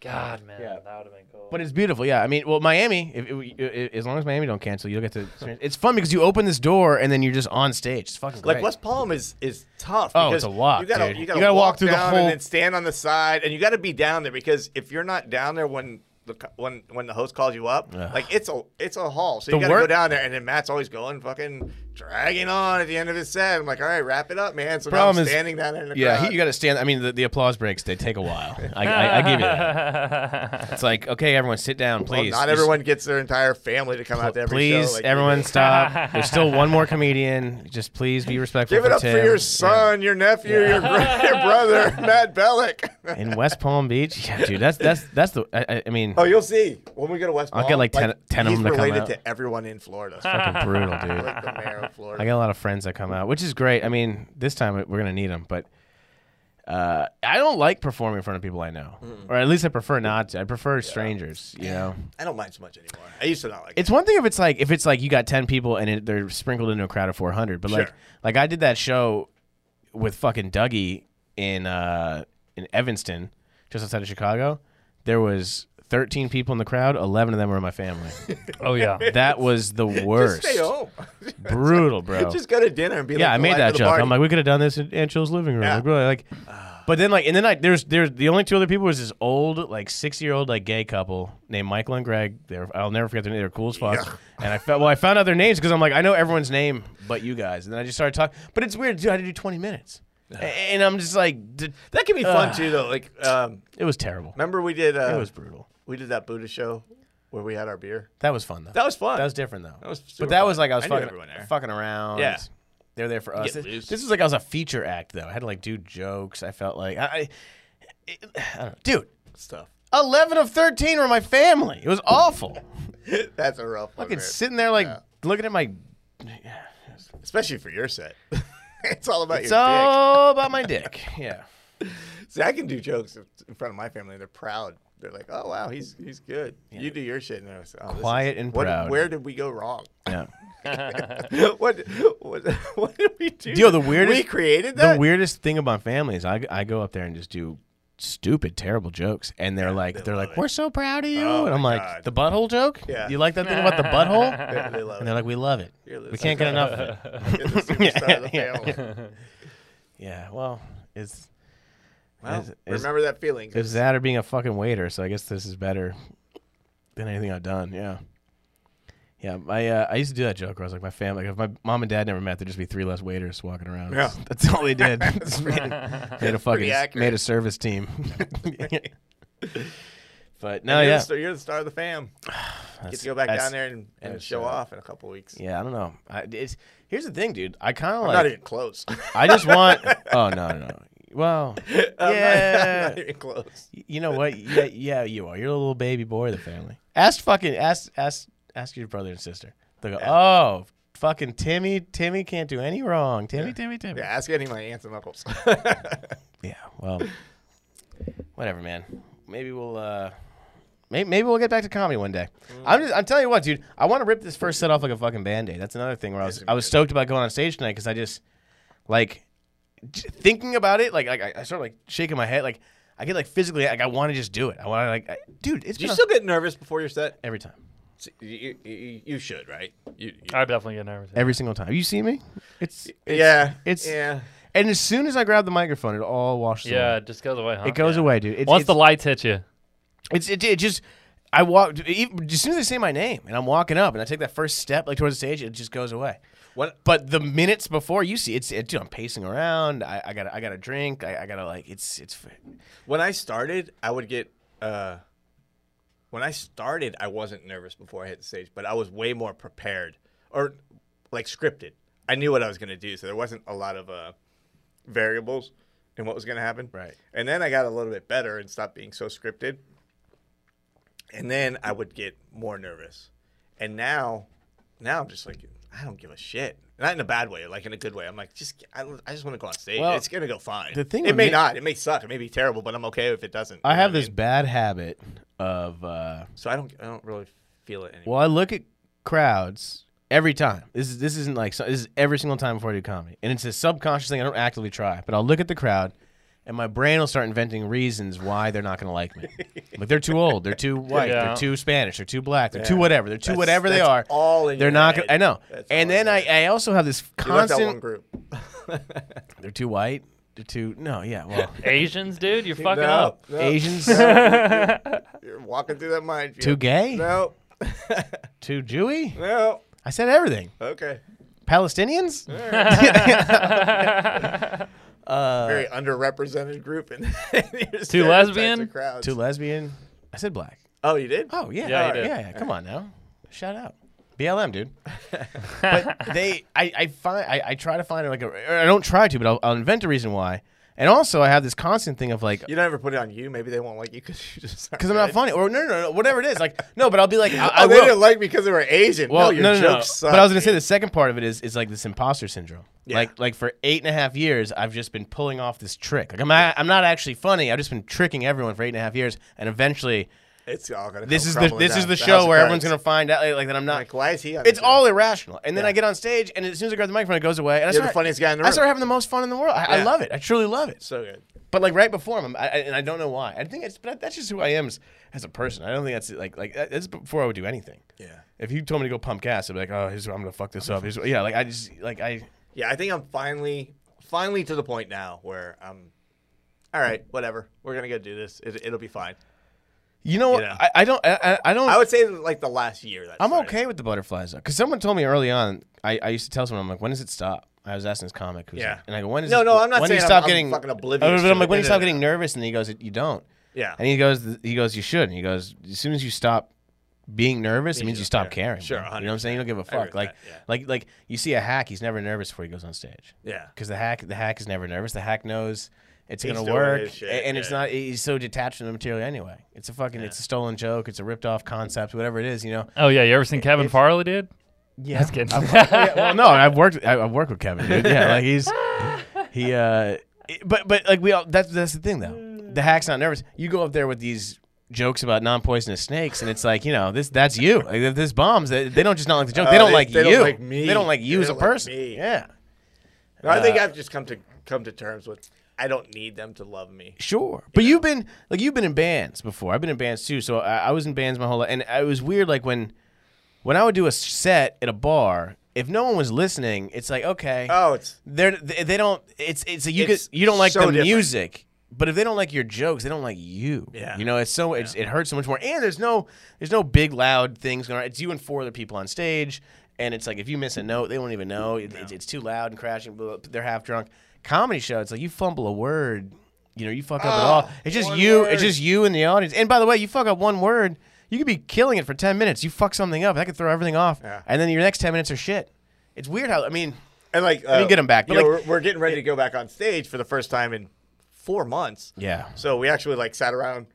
Speaker 3: God man, that would have been cool.
Speaker 1: but it's beautiful. Yeah. I mean, well, Miami. If, if, if- as long as Miami don't cancel, you'll get to. It's fun because you open this door and then you're just on stage. It's fucking great.
Speaker 2: Like West Palm is is tough.
Speaker 1: Oh,
Speaker 2: because
Speaker 1: it's a walk,
Speaker 2: You gotta
Speaker 1: dude.
Speaker 2: you gotta,
Speaker 1: You gotta
Speaker 2: walk,
Speaker 1: walk through the
Speaker 2: down
Speaker 1: whole-
Speaker 2: and then stand on the side, and you gotta be down there because if you're not down there when the co- when when the host calls you up,
Speaker 1: Ugh.
Speaker 2: like it's a it's a haul. So
Speaker 1: The
Speaker 2: you gotta go
Speaker 1: wor-
Speaker 2: down there, and then Matt's always going fucking dragging on at the end of his set. I'm like, all right, wrap it up, man. So now I'm
Speaker 1: Problem is-
Speaker 2: standing down there in the
Speaker 1: Yeah,
Speaker 2: crowd.
Speaker 1: he, you got to stand. I mean, the, the applause breaks they take a while. I, I, I give you that.
Speaker 2: <laughs>
Speaker 1: It's like, okay, everyone, sit down,
Speaker 2: Well,
Speaker 1: please.
Speaker 2: not
Speaker 1: Just-
Speaker 2: everyone gets their entire family to come out to every
Speaker 1: please,
Speaker 2: show. like you
Speaker 1: everyone,
Speaker 2: do. <laughs>
Speaker 1: stop. There's still one more comedian. Just please be respectful.
Speaker 2: Give it
Speaker 1: for
Speaker 2: up
Speaker 1: Tim.
Speaker 2: for your son, your nephew, your,
Speaker 1: <laughs>
Speaker 2: bro- your brother, Matt Bellick. <laughs>
Speaker 1: Yeah. in West Palm Beach. Yeah, dude, that's that's that's the. I, I- I mean,
Speaker 2: oh, you'll see when we go to West.
Speaker 1: I'll
Speaker 2: Palm,
Speaker 1: get, like, 10
Speaker 2: like,
Speaker 1: 10 of
Speaker 2: he's
Speaker 1: them to come
Speaker 2: related
Speaker 1: out.
Speaker 2: to everyone in Florida.
Speaker 1: <laughs> fucking brutal,
Speaker 2: <laughs>
Speaker 1: dude.
Speaker 2: like the mayor of Florida.
Speaker 1: I got a lot of friends that come out, which is great. I mean, this time we're gonna need them, but uh, I don't like performing in front of people I know, or at least I prefer not to. I prefer strangers, you know.
Speaker 2: I don't mind so much anymore. I used to not like it.
Speaker 1: It's one thing if it's like if it's like you got ten people and it, they're sprinkled into a crowd of four hundred, but like
Speaker 2: Sure.
Speaker 1: like I did that show with fucking Dougie in uh in Evanston, just outside of Chicago. There was thirteen people in the crowd. Eleven of them were
Speaker 2: <laughs>
Speaker 1: my family. <laughs>
Speaker 3: oh yeah.
Speaker 1: that was the worst.
Speaker 2: Just stay home. <laughs>
Speaker 1: Brutal, bro.
Speaker 2: Just go to dinner and be
Speaker 1: Yeah,
Speaker 2: like,
Speaker 1: I
Speaker 2: the
Speaker 1: made
Speaker 2: life
Speaker 1: that
Speaker 2: of the
Speaker 1: joke.
Speaker 2: party.
Speaker 1: I'm like, we could have done this in Aunt Jill's living room.
Speaker 2: Yeah.
Speaker 1: Like, really, like, but then like, and then like, there's there's the only two other people was this old like six year old like gay couple named Michael and Greg. They're I'll never forget their name. They're cool as fuck. And I felt well, I found out their names because I'm like, I know everyone's name but you guys. And then I just started talking. But it's weird, dude. I had to do 20 minutes, A- and I'm just like, d-
Speaker 2: that can be fun too, though. Like, um,
Speaker 1: it was terrible.
Speaker 2: remember we did uh,
Speaker 1: It was brutal.
Speaker 2: we did that Buddha show where we had our beer.
Speaker 1: That was fun though.
Speaker 2: That was fun.
Speaker 1: That was different though.
Speaker 2: That was super
Speaker 1: but that
Speaker 2: fun.
Speaker 1: was like I was
Speaker 2: I knew
Speaker 1: fucking,
Speaker 2: everyone there.
Speaker 1: fucking around.
Speaker 2: Yeah.
Speaker 1: They're there for us.
Speaker 2: Get
Speaker 1: This,
Speaker 2: loose.
Speaker 1: this was like I was a feature act though. I had to like do jokes. I felt like I, I, it- I don't know. dude.
Speaker 2: stuff.
Speaker 1: Eleven of thirteen were my family. It was
Speaker 2: <laughs>
Speaker 1: awful.
Speaker 2: That's a rough one,
Speaker 1: fucking
Speaker 2: man.
Speaker 1: sitting there like looking at my.
Speaker 2: especially for your set. <laughs> it's all about
Speaker 1: It's
Speaker 2: your dick.
Speaker 1: all about my dick.
Speaker 2: <laughs>
Speaker 1: Yeah.
Speaker 2: See, I can do jokes in front of my family. They're proud. They're like, "Oh wow, he's he's good." You do your shit, and I was, oh, this is-
Speaker 1: Quiet and
Speaker 2: what-
Speaker 1: proud.
Speaker 2: Where did we go wrong?
Speaker 1: Yeah.
Speaker 2: <laughs>
Speaker 1: <laughs>
Speaker 2: what, what what did we do?
Speaker 1: Yo, the weirdest-
Speaker 2: we created that. <laughs>
Speaker 1: the weirdest thing about family is I, I go up there and just do stupid, terrible jokes, and they're like, they're like, we're so proud of you,
Speaker 2: Oh
Speaker 1: and I'm
Speaker 2: my
Speaker 1: like,
Speaker 2: God.
Speaker 1: the butthole joke.
Speaker 2: Yeah.
Speaker 1: You like that thing
Speaker 2: <laughs>
Speaker 1: about the butthole?
Speaker 2: They- they love
Speaker 1: And they're like, we love it.
Speaker 2: You're the
Speaker 1: We can't get enough of it.
Speaker 2: it.
Speaker 1: <laughs>
Speaker 2: You're the <laughs> superstar of the
Speaker 1: Yeah,
Speaker 2: family.
Speaker 1: Yeah, well, it's
Speaker 2: Well,
Speaker 1: Is- is-
Speaker 2: remember that feeling.
Speaker 1: it's that or being a fucking waiter. So I guess this is better than anything I've done. Yeah, yeah. I uh, I used to do that joke where I was like, my family, like, if my mom and dad never met, there'd just be three less waiters walking around.
Speaker 2: Yeah.
Speaker 1: <laughs> that's all
Speaker 2: <laughs>
Speaker 1: they did. Just made, made a fucking
Speaker 2: accurate.
Speaker 1: made a
Speaker 2: <laughs>
Speaker 1: service team. <laughs> but no,
Speaker 2: you're,
Speaker 1: oh, yeah,
Speaker 2: the, star- you're the star of the fam. Get
Speaker 1: That's-
Speaker 2: to go back
Speaker 1: that's-
Speaker 2: down there and, and
Speaker 1: that's,
Speaker 2: show
Speaker 1: uh,
Speaker 2: off in a couple weeks.
Speaker 1: Yeah, I don't know. I, it's here's the thing, dude. I kind of
Speaker 2: I'm not
Speaker 1: like.
Speaker 2: even close. <laughs> I'm
Speaker 1: I just want. Oh no, no, no. Well,
Speaker 2: not-
Speaker 1: yeah.
Speaker 2: not even close.
Speaker 1: Y- You know what? Yeah, yeah, you are. You're a little baby boy of the family. Ask fucking ask ask ask your brother and sister. They will go, oh, fucking Timmy, Timmy can't do any wrong. Timmy, Timmy, Timmy.
Speaker 2: Yeah, ask any of my aunts and
Speaker 1: <laughs>
Speaker 2: uncles. <laughs>
Speaker 1: Yeah, Well, <laughs> whatever, man. Maybe we'll uh, maybe maybe we'll get back to comedy one day. I'm just, I'm telling you what, dude. I want to rip this first set off like a fucking band-aid. That's another thing where I was I was stoked about going on stage tonight because I just like j- thinking about it. Like like I, I start like shaking my head. Like I get like physically like I want to just do it. I want to like I, dude. It's
Speaker 2: do you
Speaker 1: been a-
Speaker 2: still get nervous before your set?
Speaker 1: Every time.
Speaker 2: You, you, you should, right? You, you-
Speaker 3: I definitely get nervous.
Speaker 1: Every single time. You see me? It's, it's
Speaker 2: yeah.
Speaker 1: it's-
Speaker 2: yeah.
Speaker 1: and as soon as I grab the microphone, it all washes
Speaker 3: yeah,
Speaker 1: away.
Speaker 3: it just goes away. Huh?
Speaker 1: It goes away, dude. It's,
Speaker 3: Once
Speaker 1: it's,
Speaker 3: the lights hit you,
Speaker 1: it's it, it just I walk even, as soon as they say my name and I'm walking up and I take that first step like towards the stage, it just goes away.
Speaker 2: What?
Speaker 1: But the minutes before you see it's it, dude, I'm pacing around. I, I gotta I gotta drink. I, I gotta like it's it's
Speaker 2: When I started, I would get. uh When I started, I wasn't nervous before I hit the stage, but I was way more prepared or like scripted. I knew what I was going to do, so there wasn't a lot of uh variables in what was going to happen.
Speaker 1: Right.
Speaker 2: And then I got a little bit better and stopped being so scripted. And then I would get more nervous. And now, now I'm just like, I don't give a shit. Not in a bad way, like in a good way. I'm like, just I, I just want to go on stage.
Speaker 1: Well,
Speaker 2: it's gonna go fine.
Speaker 1: the thing
Speaker 2: it
Speaker 1: with
Speaker 2: may
Speaker 1: me-
Speaker 2: not. It may suck. It may be terrible, but I'm okay if it doesn't.
Speaker 1: I
Speaker 2: you know
Speaker 1: have
Speaker 2: what
Speaker 1: this
Speaker 2: mean?
Speaker 1: bad habit of uh
Speaker 2: so I don't. I don't really feel it anymore.
Speaker 1: Well, I look at crowds every time. This is this isn't like so- this is every single time before I do comedy, and it's a subconscious thing. I don't actively try, but I'll look at the crowd, and my brain will start inventing reasons why they're not going
Speaker 2: <laughs>
Speaker 1: to like me. like they're too old, they're too white,
Speaker 3: Yeah.
Speaker 1: they're too Spanish, they're too black, they're too whatever, they're too
Speaker 2: That's-
Speaker 1: whatever they
Speaker 2: that's
Speaker 1: are.
Speaker 2: All in
Speaker 1: They're
Speaker 2: your
Speaker 1: not.
Speaker 2: head.
Speaker 1: Gonna, I know.
Speaker 2: That's all
Speaker 1: and
Speaker 2: in
Speaker 1: then
Speaker 2: your
Speaker 1: I,
Speaker 2: head.
Speaker 1: I also have this
Speaker 2: You left out one
Speaker 1: <laughs> constant.
Speaker 2: group.
Speaker 1: They're too white. to no, yeah, well,
Speaker 3: Asians, dude, you're fucking up.
Speaker 2: <laughs> no.
Speaker 1: Asians
Speaker 2: You're walking through that minefield.
Speaker 1: too
Speaker 2: <laughs>
Speaker 1: gay,
Speaker 2: No.
Speaker 1: too Jewy.
Speaker 2: No.
Speaker 1: I said everything.
Speaker 2: Okay.
Speaker 1: Palestinians. Uh,
Speaker 2: Very underrepresented group <laughs> and
Speaker 3: Two lesbian?
Speaker 1: <laughs> Too lesbian. I said black.
Speaker 2: oh, you did?
Speaker 1: Oh yeah,
Speaker 3: Yeah, you
Speaker 1: All right,
Speaker 3: did.
Speaker 1: yeah, yeah. Come on now, shout out BLM, dude. but they, I, I find, I, I try to find like a, or I don't try to, but I'll, I'll invent a reason why. And also, I have this constant thing of like,
Speaker 2: You don't ever put it on you. Maybe they won't like you because you just
Speaker 1: because I'm not funny, or no, no, no, whatever it is. Like, no, but I'll be like, I, I
Speaker 2: Oh, they
Speaker 1: will.
Speaker 2: didn't like me because they were Asian.
Speaker 1: Well,
Speaker 2: no, your
Speaker 1: no, no, no.
Speaker 2: jokes suck.
Speaker 1: But I was gonna say the second part of it is is like this imposter syndrome.
Speaker 2: Yeah.
Speaker 1: Like like for eight and a half years, I've just been pulling off this trick. Like I'm not, I'm not actually funny. I've just been tricking everyone for eight and a half years, and eventually,
Speaker 2: It's all gonna.
Speaker 1: this
Speaker 2: come
Speaker 1: is the
Speaker 2: crumbling
Speaker 1: this
Speaker 2: down.
Speaker 1: is the
Speaker 2: house
Speaker 1: show
Speaker 2: of
Speaker 1: where
Speaker 2: cards.
Speaker 1: everyone's gonna find out like, that I'm not.
Speaker 2: Like, why is he on?
Speaker 1: it's
Speaker 2: the show?
Speaker 1: all irrational, and then
Speaker 2: Yeah.
Speaker 1: I get on stage, and as soon as I grab the microphone, it goes away. And I
Speaker 2: You're
Speaker 1: start,
Speaker 2: the funniest guy in the room.
Speaker 1: I start having the most fun in the world. I, I
Speaker 2: Yeah.
Speaker 1: love it. I truly love it.
Speaker 2: so good.
Speaker 1: But like right before him, I, I, and I don't know why. I think it's but that's just who I am as, as a person. I don't think that's like like that- that's before I would do anything.
Speaker 2: Yeah.
Speaker 1: If you told me to go pump gas, I'd be like, oh, here's, I'm gonna fuck this up. Here's, yeah, like I just like I
Speaker 2: Yeah, I think I'm finally, finally to the point now where I'm. All right, whatever. We're gonna go do this. It, it'll be fine.
Speaker 1: you know what
Speaker 2: Yeah.
Speaker 1: I, I don't I, I I don't
Speaker 2: I would say like the last year. That's
Speaker 1: I'm okay with the butterflies though because someone told me early on. I, I used to tell someone I'm like, when does it stop? I was asking this comic, who's
Speaker 2: Yeah.
Speaker 1: and I go, when is
Speaker 2: No,
Speaker 1: it-
Speaker 2: no, I'm not
Speaker 1: when do you
Speaker 2: saying
Speaker 1: stop
Speaker 2: I'm- I'm
Speaker 1: getting
Speaker 2: fucking oblivious
Speaker 1: Oh, <laughs> but
Speaker 2: to
Speaker 1: I'm
Speaker 2: it.
Speaker 1: like, when
Speaker 2: No,
Speaker 1: do you
Speaker 2: no,
Speaker 1: stop
Speaker 2: no.
Speaker 1: getting nervous? And he goes, you don't.
Speaker 2: Yeah.
Speaker 1: And he goes, he goes, you should. And he goes, as soon as you stop being nervous, it means you
Speaker 2: you
Speaker 1: stop
Speaker 2: care.
Speaker 1: caring.
Speaker 2: Sure,
Speaker 1: man. you know what I'm saying? You don't give a
Speaker 2: agree
Speaker 1: fuck.
Speaker 2: with
Speaker 1: Like,
Speaker 2: that, yeah.
Speaker 1: like, like you see a hack, he's never nervous before he goes on stage.
Speaker 2: Yeah.
Speaker 1: Because the hack, the hack is never nervous. The hack knows it's gonna
Speaker 2: doing
Speaker 1: work,
Speaker 2: his shit,
Speaker 1: a- and it's
Speaker 2: yeah.
Speaker 1: not. He's so detached from the material anyway. It's a fucking, it's a stolen joke. It's a ripped off concept, whatever it is. You know.
Speaker 3: Oh yeah, you ever seen Kevin Farley, dude?
Speaker 1: Yeah. <laughs>
Speaker 3: That's kidding.
Speaker 1: yeah, well, no, I've worked. I- I've worked with Kevin. Dude. Yeah, like he's he. uh it- But but like we all. That's that's the thing though. The hack's not nervous. You go up there with these jokes about non-poisonous snakes, and it's like you know this. That's you. Like if this bombs. They, they don't just not like the joke. they
Speaker 2: Oh,
Speaker 1: don't
Speaker 2: they-
Speaker 1: like
Speaker 2: they
Speaker 1: you.
Speaker 2: don't like me.
Speaker 1: They don't like you
Speaker 2: They
Speaker 1: as a
Speaker 2: don't like
Speaker 1: person.
Speaker 2: me.
Speaker 1: yeah.
Speaker 2: No, I think I've just come to come to terms with. I don't need them to love me.
Speaker 1: Sure, but you've been like you've been in bands before. I've been in bands too, so I, I was in bands my whole life, and it was weird. Like when when I would do a set at a bar, if no one was listening, it's like okay,
Speaker 2: <laughs> Oh, it's
Speaker 1: they're they they don't it's it's you
Speaker 2: It's
Speaker 1: could- you don't like
Speaker 2: so
Speaker 1: the
Speaker 2: different.
Speaker 1: music but if they don't like your jokes they don't like you
Speaker 2: Yeah.
Speaker 1: you know it's so it's, it hurts so much more and there's no there's no big loud things going on it's you and four other people on stage and it's like if you miss a note they won't even know It- it's, it's too loud and crashing blah, blah, blah. they're half drunk comedy show it's like you fumble a word you know you fuck up at all it's just
Speaker 2: Ah, one
Speaker 1: you
Speaker 2: word.
Speaker 1: it's just you and the audience and by the way you fuck up one word you could be killing it for 10 minutes you fuck something up that could throw everything off
Speaker 2: Yeah.
Speaker 1: and then your next 10 minutes are shit it's weird how i mean
Speaker 2: and like uh,
Speaker 1: didn't get 'em back,
Speaker 2: you
Speaker 1: but
Speaker 2: know,
Speaker 1: like-
Speaker 2: we're, we're getting ready to go back on stage for the first time in four months.
Speaker 1: yeah
Speaker 2: So we actually like sat around,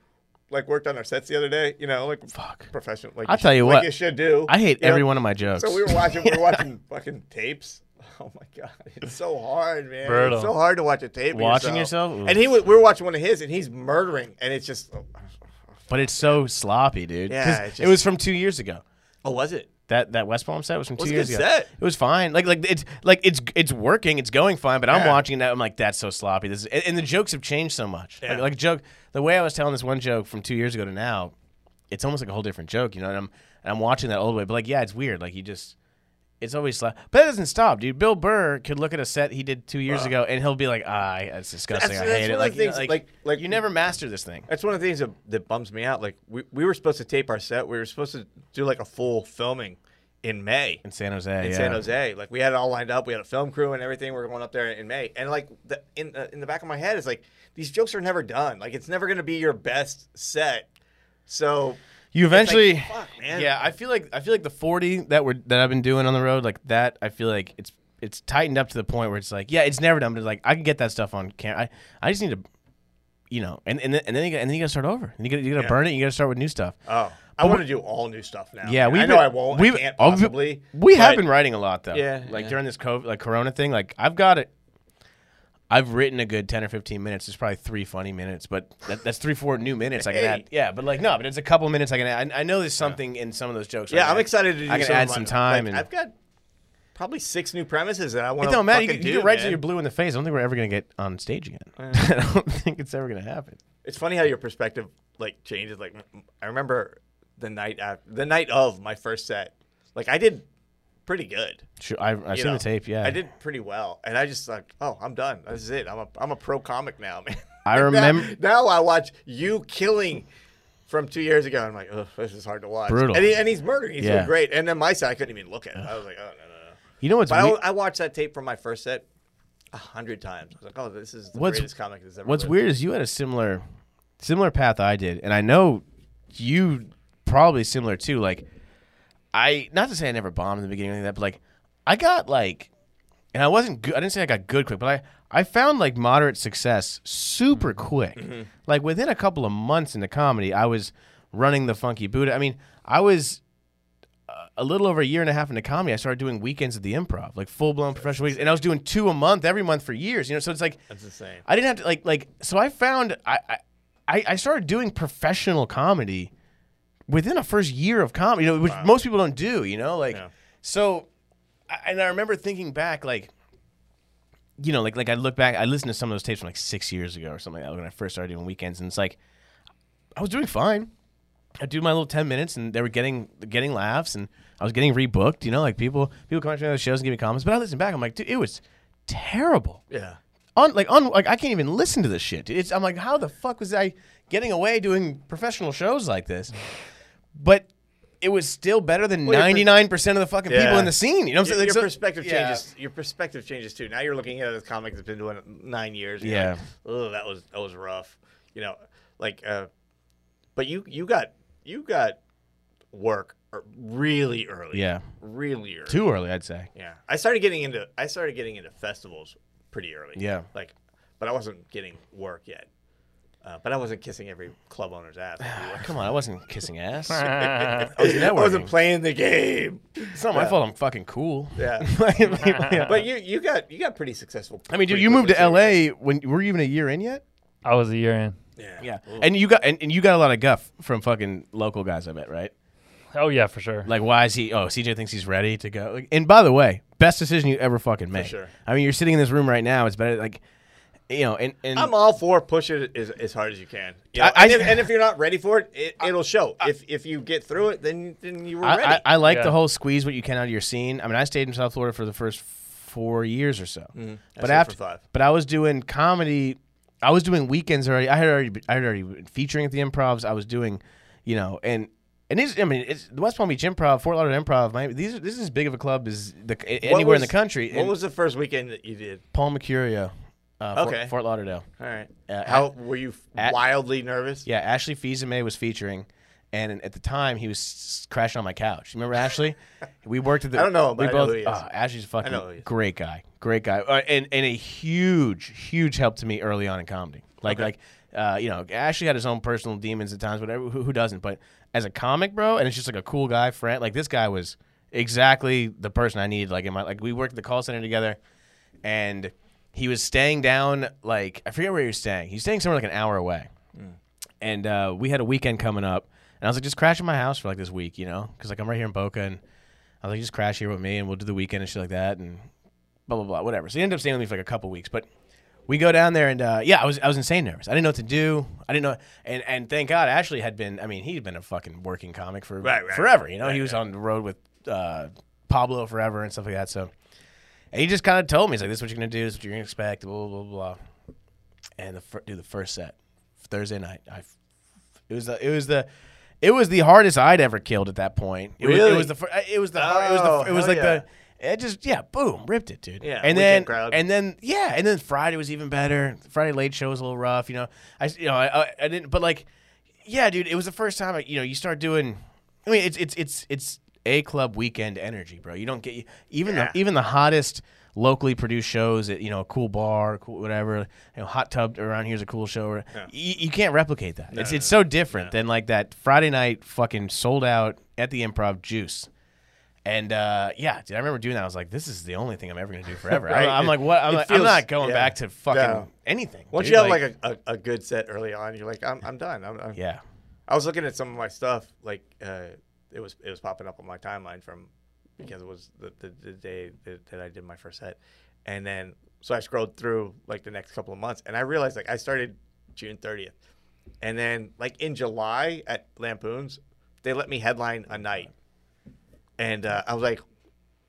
Speaker 2: like worked on our sets the other day. You know, like fuck professional. Like
Speaker 1: I'll
Speaker 2: should-
Speaker 1: tell you
Speaker 2: like
Speaker 1: what.
Speaker 2: you should do.
Speaker 1: I hate
Speaker 2: you know?
Speaker 1: every one of my jokes.
Speaker 2: So we were watching.
Speaker 1: <laughs>
Speaker 2: We were watching fucking tapes. <laughs> Oh my god, it's so hard, man.
Speaker 3: Brutal.
Speaker 2: It's so hard to watch a tape. of
Speaker 1: Watching yourself?
Speaker 2: And he, wa- we were watching one of his, and he's murdering, and it's just. Oh,
Speaker 1: but it's so sloppy, dude. 'Cause
Speaker 2: Yeah, it just-
Speaker 1: it was from two years ago.
Speaker 2: was it?
Speaker 1: That that West Palm set was from two
Speaker 2: was a
Speaker 1: years
Speaker 2: good
Speaker 1: ago.
Speaker 2: set.
Speaker 1: It was fine. Like like it's like it's it's working. It's going fine. But I'm
Speaker 2: Yeah.
Speaker 1: watching that. I'm like that's so sloppy. This is, and, and the jokes have changed so much. Like,
Speaker 2: Yeah.
Speaker 1: like joke. The way I was telling this one joke from two years ago to now, it's almost like a whole different joke. You know. And I'm and I'm watching that old way. But like yeah, it's weird. Like you just. It's always slow, but that doesn't stop, dude. Bill Burr could look at a set he did two years ago, and he'll be like, "Ah, that's disgusting.
Speaker 2: That's-
Speaker 1: I
Speaker 2: that's
Speaker 1: hate
Speaker 2: one
Speaker 1: it."
Speaker 2: of
Speaker 1: Like,
Speaker 2: the
Speaker 1: you know,
Speaker 2: things,
Speaker 1: like,
Speaker 2: like- like-
Speaker 1: you never master this thing.
Speaker 2: That's one of the things that, that bums me out. Like we, we were supposed to tape our set. We were supposed to do like a full filming in May
Speaker 1: In San Jose,
Speaker 2: in
Speaker 1: yeah.
Speaker 2: San Jose. Like we had it all lined up. We had a film crew and everything. We are going up there in May. And like the, in uh, in the back of my head is like these jokes are never done. Like it's never gonna be your best set. So
Speaker 1: You
Speaker 2: it's like,
Speaker 1: eventually,
Speaker 2: fuck, man.
Speaker 1: yeah. I feel like I feel like the forty that we're that I've been doing on the road, like that. I feel like it's it's tightened up to the point where it's like, yeah, it's never done, but it's like I can get that stuff on camera. I, I just need to, you know, and and then, and then you gotta, and then you gotta start over. And you gotta, you gotta burn it. You gotta start with new stuff.
Speaker 2: Oh, I want to do all new stuff now.
Speaker 1: yeah, we
Speaker 2: I know I won't. We can't possibly.
Speaker 1: We have
Speaker 2: but-
Speaker 1: been writing a lot though.
Speaker 2: Yeah,
Speaker 1: like
Speaker 2: yeah.
Speaker 1: during this COVID, like Corona thing. Like I've got it. I've written a good ten or fifteen minutes. It's probably three funny minutes, but that, that's three, four new minutes I can
Speaker 2: Hey.
Speaker 1: add. Yeah, but like no, but it's a couple minutes I can add. I, I know there's something in some of those jokes. I
Speaker 2: Yeah,
Speaker 1: can
Speaker 2: I'm
Speaker 1: add.
Speaker 2: excited to do.
Speaker 1: I can
Speaker 2: some of
Speaker 1: add some
Speaker 2: mine.
Speaker 1: time
Speaker 2: Like,
Speaker 1: and-
Speaker 2: I've got probably six new premises that I want
Speaker 1: It
Speaker 2: to.
Speaker 1: don't matter. You, can-
Speaker 2: do,
Speaker 1: you get right
Speaker 2: man.
Speaker 1: till you're blue in the face. I don't think we're ever gonna get on stage again. <laughs> I don't think it's ever gonna happen.
Speaker 2: It's funny how your perspective like changes. Like m- I remember the night after, the night of my first set. Like I did pretty good.
Speaker 1: Sure, I, I've
Speaker 2: you
Speaker 1: seen
Speaker 2: know?
Speaker 1: the tape. Yeah,
Speaker 2: I did pretty well, and I just like, oh, I'm done. This is it. I'm a I'm a pro comic now, <laughs> man.
Speaker 1: I
Speaker 2: Now-
Speaker 1: remember.
Speaker 2: now, I watch you killing from two years ago. and I'm like, oh, this is hard to watch.
Speaker 1: Brutal.
Speaker 2: And, he, and he's murdering. He's
Speaker 1: Yeah.
Speaker 2: doing great. And then my side, I couldn't even look at it. I was like, oh no no no.
Speaker 1: You know what's
Speaker 2: But I,
Speaker 1: weird?
Speaker 2: I watched that tape from my first set a hundred times. I was like, oh, this is the
Speaker 1: What's-
Speaker 2: greatest comic that's ever.
Speaker 1: What's
Speaker 2: lived.
Speaker 1: weird is you had a similar, similar path I did, and I know you probably similar too. Like, I not to say I never bombed in the beginning or anything like that, but like I got like, and I wasn't good. I didn't say I got good quick, but I I found like moderate success super
Speaker 2: Mm-hmm.
Speaker 1: quick. Like within a couple of months into comedy, I was running the Funky Buddha. I mean, I was. uh, A little over a year and a half into comedy, I started doing weekends at the improv, like full blown professional weeks. And I was doing two a month every month for years, you know? So it's like,
Speaker 2: That's insane.
Speaker 1: I didn't have to like like so I found I I- I, I started doing professional comedy within a first year of comedy, you know, which most people don't do, you know, like
Speaker 2: Yeah.
Speaker 1: so I- and I remember thinking back like you know, like like I look back, I listened to some of those tapes from like 6 years ago or something like that when I first started doing weekends and it's like I was doing fine. I do my little 10 minutes and they were getting getting laughs and I was getting rebooked, you know, like people people come out to the shows and give me comments, but I listen back, I'm like, dude, it was terrible
Speaker 2: Yeah.
Speaker 1: on like on like I can't even listen to this shit. It's I'm like, how the fuck was I getting away doing professional shows like this? But it was still better than
Speaker 2: Well, your per-
Speaker 1: ninety nine percent of the fucking people
Speaker 2: Yeah.
Speaker 1: in the scene. You know
Speaker 2: Your,
Speaker 1: what I'm saying? Like,
Speaker 2: your
Speaker 1: so-
Speaker 2: perspective
Speaker 1: yeah.
Speaker 2: changes. Your perspective changes too. Now you're looking at a comic that's been doing it nine years. and you're
Speaker 1: Yeah.
Speaker 2: like, oh, that was that was rough. You know, like, uh, but you you got you got work er- really early.
Speaker 1: Yeah,
Speaker 2: Really early.
Speaker 1: too early, I'd say.
Speaker 2: Yeah. I started getting into I started getting into festivals pretty early.
Speaker 1: Yeah.
Speaker 2: Like, but I wasn't getting work yet. Uh, but I wasn't kissing every club owner's ass.
Speaker 1: <laughs> Come on, I wasn't
Speaker 2: <laughs>
Speaker 1: kissing ass. it's
Speaker 3: I
Speaker 2: I, was I wasn't
Speaker 1: networking.
Speaker 2: playing the game.
Speaker 1: not my
Speaker 2: Yeah.
Speaker 1: fault. I'm fucking cool.
Speaker 2: Yeah.
Speaker 1: <laughs>
Speaker 2: <laughs>
Speaker 1: Like, like, yeah.
Speaker 2: But you you got you got pretty successful.
Speaker 1: I mean, dude,
Speaker 2: pretty
Speaker 1: you moved
Speaker 2: quickly,
Speaker 1: to
Speaker 2: too.
Speaker 1: L.A. when were you even a year in yet?
Speaker 3: was a year in.
Speaker 2: Yeah.
Speaker 1: and you got and, and you got a lot of guff from fucking local guys. I bet, right?
Speaker 3: Oh yeah, for sure.
Speaker 1: Like, why is he? Oh, CJ thinks he's ready to go. Like, and by the way, best decision you ever fucking made.
Speaker 2: sure.
Speaker 1: I mean, you're sitting in this room right now. It's better, like, you know, and and
Speaker 2: I'm all for push it as, as hard as you can. You know,
Speaker 1: I-
Speaker 2: and,
Speaker 1: I-
Speaker 2: if, and if you're not ready for it, it it'll show. if if you get through it, then then you were
Speaker 1: I,
Speaker 2: ready.
Speaker 1: I, I like the
Speaker 3: Yeah.
Speaker 1: whole squeeze what you can out of your scene. I mean, I stayed in South Florida for the first four years or so, but
Speaker 2: Mm-hmm. stayed for
Speaker 1: after
Speaker 2: five.
Speaker 1: but I was doing comedy. I was doing weekends already. I had already been, I had already been featuring at the Improvs. I was doing, you know, and. And these, I mean, it's the West Palm Beach Improv, Fort Lauderdale Improv. Miami, these, are- this is as big of a club as the,
Speaker 2: What
Speaker 1: anywhere in the
Speaker 2: was-
Speaker 1: country.
Speaker 2: What
Speaker 1: And
Speaker 2: was the first weekend that you did?
Speaker 1: Paul Mercurio, uh, Fort-
Speaker 2: Okay.
Speaker 1: Fort Lauderdale.
Speaker 2: All right.
Speaker 1: Uh,
Speaker 2: How were you f-
Speaker 1: at-
Speaker 2: wildly nervous?
Speaker 1: Yeah, Ashley Fizame was featuring, and at the time he was s- crashing on my couch. Remember Ashley?
Speaker 2: <laughs>
Speaker 1: we worked at the.
Speaker 2: I don't know him,
Speaker 1: We
Speaker 2: but I know
Speaker 1: both.
Speaker 2: who he is.
Speaker 1: oh, Ashley's a fucking
Speaker 2: know who he is.
Speaker 1: great guy, great guy, uh, and and a huge, huge help to me early on in comedy. Like like. Uh, you know, Ashley had his own personal demons at times, whatever. Who, who doesn't? But as a comic, bro, and it's just like a cool guy friend. Like this guy was exactly the person I needed. Like in my like, we worked at the call center together, and he was staying down. Like I forget where he was staying. He was staying somewhere like an hour away
Speaker 2: Hmm.
Speaker 1: and uh, we had a weekend coming up, and I was like, just crash at my house for like this week, you know, because like I'm right here in Boca, and I was like, just crash here with me, and we'll do the weekend and shit like that, and blah blah blah, whatever. So he ended up staying with me for like a couple weeks, but we go down there, and uh, yeah, I was I was insane nervous. I didn't know what to do. I didn't know, and and thank God Ashley had been. I mean, he'd been a fucking working comic for
Speaker 2: Right, right,
Speaker 1: forever. You know, he was on the road with uh, Pablo forever and stuff like that. So. And he just kind of told me, he's like, "This is what you're gonna do. This is what you're gonna expect." Blah blah blah. blah. And the fir- dude, the first set, Thursday night, I, f- it was the, it was the, it was the hardest I'd ever killed at that point. It was,
Speaker 2: Really?
Speaker 1: it was the, fir- it was the, hard, it was
Speaker 2: Oh,
Speaker 1: the, it was
Speaker 2: hell
Speaker 1: like
Speaker 2: yeah.
Speaker 1: the, it just yeah, boom, ripped it, dude.
Speaker 2: Yeah, weekend
Speaker 1: and then
Speaker 2: crowd.
Speaker 1: and then yeah, and then Friday was even better. Friday late show was a little rough, you know. I s- you know I, I, I didn't, but like, yeah, dude, it was the first time I, you know you start doing. I mean, it's it's it's it's a club weekend energy, bro. You don't get even
Speaker 2: Yeah.
Speaker 1: the even the hottest locally produced shows at you know a cool bar, cool whatever. You know, hot tub around here is a cool show. Or, you, you can't replicate that. it's it's so different than like that Friday night fucking sold out at the Improv Juice. And uh, yeah, dude, I remember doing that. I was like, "This is the only thing I'm ever gonna <laughs> do forever."
Speaker 2: Right.
Speaker 1: I'm, I'm like, "What? I'm,
Speaker 2: It
Speaker 1: like, I'm
Speaker 2: feels-
Speaker 1: not going
Speaker 2: yeah.
Speaker 1: back to fucking
Speaker 2: No.
Speaker 1: anything."
Speaker 2: Once
Speaker 1: dude.
Speaker 2: you have like, a, a, a good set early on, you're like, I'm, I'm done. I'm, I'm,
Speaker 1: yeah,
Speaker 2: I was looking at some of my stuff, like uh, it was it was popping up on my timeline from because it was the, the, the day that, that I did my first set, and then so I scrolled through like the next couple of months, and I realized like I started June 30th, and then like in July at Lampoon's, they let me headline a night, and uh, I was like,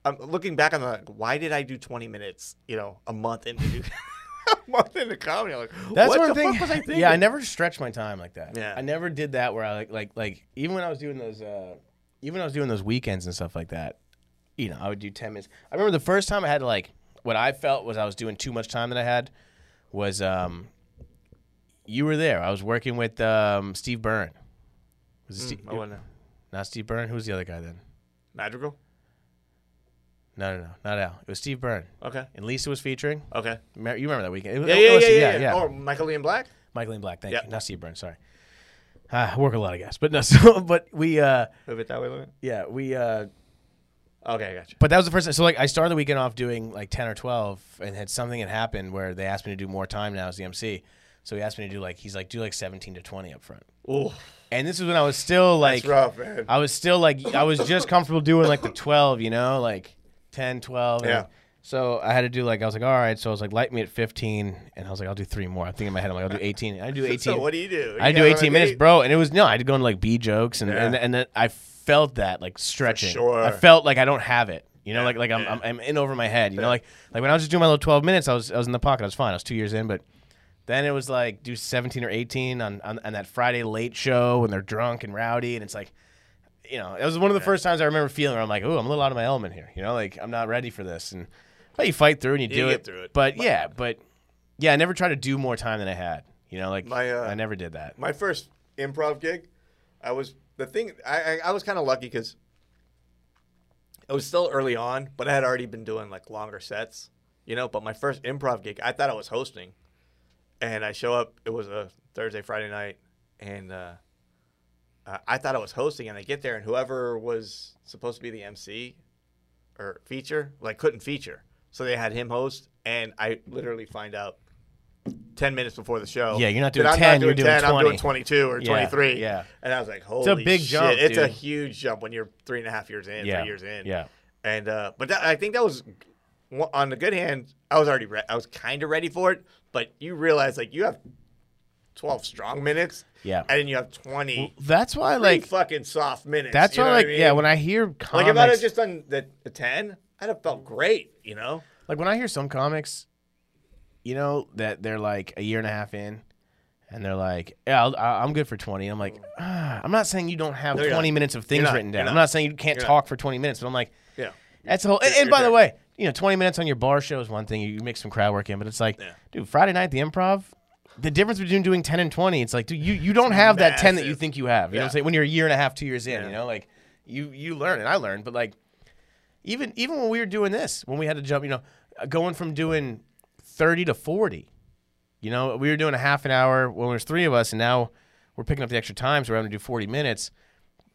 Speaker 2: I'm looking back on the like, why did I do 20 minutes? You know, a month into <laughs> a month into comedy. I'm like,
Speaker 1: That's
Speaker 2: what
Speaker 1: one
Speaker 2: the
Speaker 1: thing.
Speaker 2: fuck was I thinking?
Speaker 1: <laughs> Yeah, I never stretched my time like that.
Speaker 2: Yeah.
Speaker 1: I never did that where I like like like even when I was doing those uh even when I was doing those weekends and stuff like that, you know, I would do ten minutes. I remember the first time I had like what I felt was I was doing too much time that I had was um you were there. I was working with um Steve Byrne. Was it Steve,
Speaker 2: I wouldn't know.
Speaker 1: not Steve Byrne? Who was the other guy then?
Speaker 2: Madrigal.
Speaker 1: No, no, no, not Al. It was Steve Byrne.
Speaker 2: Okay.
Speaker 1: And Lisa was featuring.
Speaker 2: Okay.
Speaker 1: Remember- You remember that weekend? Oh, It was-
Speaker 2: Yeah,
Speaker 1: it
Speaker 2: yeah,
Speaker 1: was-
Speaker 2: yeah, yeah, Oh. yeah. Or Michael Ian Black.
Speaker 1: Michael Ian Black. Thank
Speaker 2: Yep.
Speaker 1: you. Not Steve Byrne. Sorry. Ah, I work a lot of guys, but no. <laughs> So, but we, uh,
Speaker 2: Move it that way, limit.
Speaker 1: yeah, we. Uh,
Speaker 2: Okay, I got you.
Speaker 1: but that was the first. So like, I started the weekend off doing like ten or twelve, and had something had happened where they asked me to do more time now as the MC. So he asked me to do like he's like do like seventeen to twenty up front,
Speaker 2: Ooh,
Speaker 1: and this is when I was still like
Speaker 2: it's rough, man.
Speaker 1: I was still like I was
Speaker 2: <laughs>
Speaker 1: just comfortable doing like the 12, you know, like 10, 12. and
Speaker 2: Yeah.
Speaker 1: So I had to do like I was like all right, so I was like light me at 15 and I was like I'll do three more. I think in my head I'm like I'll do 18. And I do 18.
Speaker 2: So what do you do?
Speaker 1: I
Speaker 2: You
Speaker 1: do
Speaker 2: got
Speaker 1: 18
Speaker 2: on a
Speaker 1: minutes,
Speaker 2: date?
Speaker 1: bro, and it was no, I had to go into like B jokes and
Speaker 2: Yeah.
Speaker 1: and and then I felt that like stretching.
Speaker 2: sure.
Speaker 1: I felt like I don't have it. You know,
Speaker 2: Yeah,
Speaker 1: like like I'm,
Speaker 2: yeah.
Speaker 1: I'm I'm in over my head. You know, like like when I was just doing my little 12 minutes, I was I was in the pocket. I was fine. I was 2 years in, but then it was like do 17 or 18 on, on, on that Friday late show when they're drunk and rowdy. And it's like, you know, it was one of the first times I remember feeling where I'm like, oh, I'm a little out of my element here. You know, like I'm not ready for this. And but you fight through and you,
Speaker 2: You
Speaker 1: do
Speaker 2: get
Speaker 1: it.
Speaker 2: through it.
Speaker 1: But yeah, but yeah, I never tried to do more time than I had. You know, like
Speaker 2: My, uh,
Speaker 1: I never did that.
Speaker 2: my first improv gig, I was the thing. I I, I was kind of lucky because it was still early on, but I had already been doing like longer sets, you know. But my first improv gig, I thought I was hosting, and I show up. It was a Thursday, Friday night, and uh, uh, I thought I was hosting. And I get there, and whoever was supposed to be the MC or feature, like couldn't feature, so they had him host, and I literally find out. 10 minutes before the show.
Speaker 1: Yeah, you're not
Speaker 2: that
Speaker 1: doing
Speaker 2: I'm
Speaker 1: 10, you're doing
Speaker 2: I'm
Speaker 1: 20.
Speaker 2: doing 22 or
Speaker 1: Yeah,
Speaker 2: 23.
Speaker 1: yeah.
Speaker 2: And I was like, holy
Speaker 1: a big
Speaker 2: shit.
Speaker 1: jump,
Speaker 2: It's a
Speaker 1: dude.
Speaker 2: huge jump when you're three and a half years in,
Speaker 1: yeah.
Speaker 2: three years in.
Speaker 1: Yeah.
Speaker 2: And, uh, but that, I think that was, on the good hand, I was already, re- I was kind of ready for it. But you realize, like, you have 12 strong minutes.
Speaker 1: Yeah.
Speaker 2: And then you have 20
Speaker 1: That's why
Speaker 2: like,
Speaker 1: like
Speaker 2: fucking soft minutes.
Speaker 1: that's
Speaker 2: you
Speaker 1: why
Speaker 2: know what
Speaker 1: like
Speaker 2: I mean?
Speaker 1: yeah, when I hear
Speaker 2: like,
Speaker 1: comics
Speaker 2: if I'd have just done the, the 10, I'd have felt great, you know?
Speaker 1: Like when I hear some comics, you know that they're like a year and a half in, and they're like, "Yeah, I'll, I- I'm good for 20." I'm like, ah, I'm not saying you don't have
Speaker 2: No, you're
Speaker 1: 20
Speaker 2: not.
Speaker 1: minutes of things
Speaker 2: not.
Speaker 1: written
Speaker 2: You're
Speaker 1: down. I'm
Speaker 2: not.
Speaker 1: not saying you can't
Speaker 2: You're not.
Speaker 1: talk for 20 minutes, but I'm like,
Speaker 2: Yeah.
Speaker 1: that's the whole. And, and
Speaker 2: you're
Speaker 1: by the
Speaker 2: there.
Speaker 1: way, you know, 20 minutes on your bar show is one thing. You, you make some crowd work in, but it's like,
Speaker 2: Yeah.
Speaker 1: dude, Friday night the improv. The difference between doing 10 and 20, it's like, dude, you, you don't have that 10 that you
Speaker 2: massive.
Speaker 1: think you have. You know what I'm
Speaker 2: Yeah.
Speaker 1: saying? When you're a year and a half, two years in,
Speaker 2: Yeah.
Speaker 1: you know, like you you learn and I learned, but like even even when we were doing this, when we had to jump, you know, uh, going from doing 30 to 40, you know, we were doing a half an hour when there's three of us, and now we're picking up the extra times. we're having to do 40 minutes.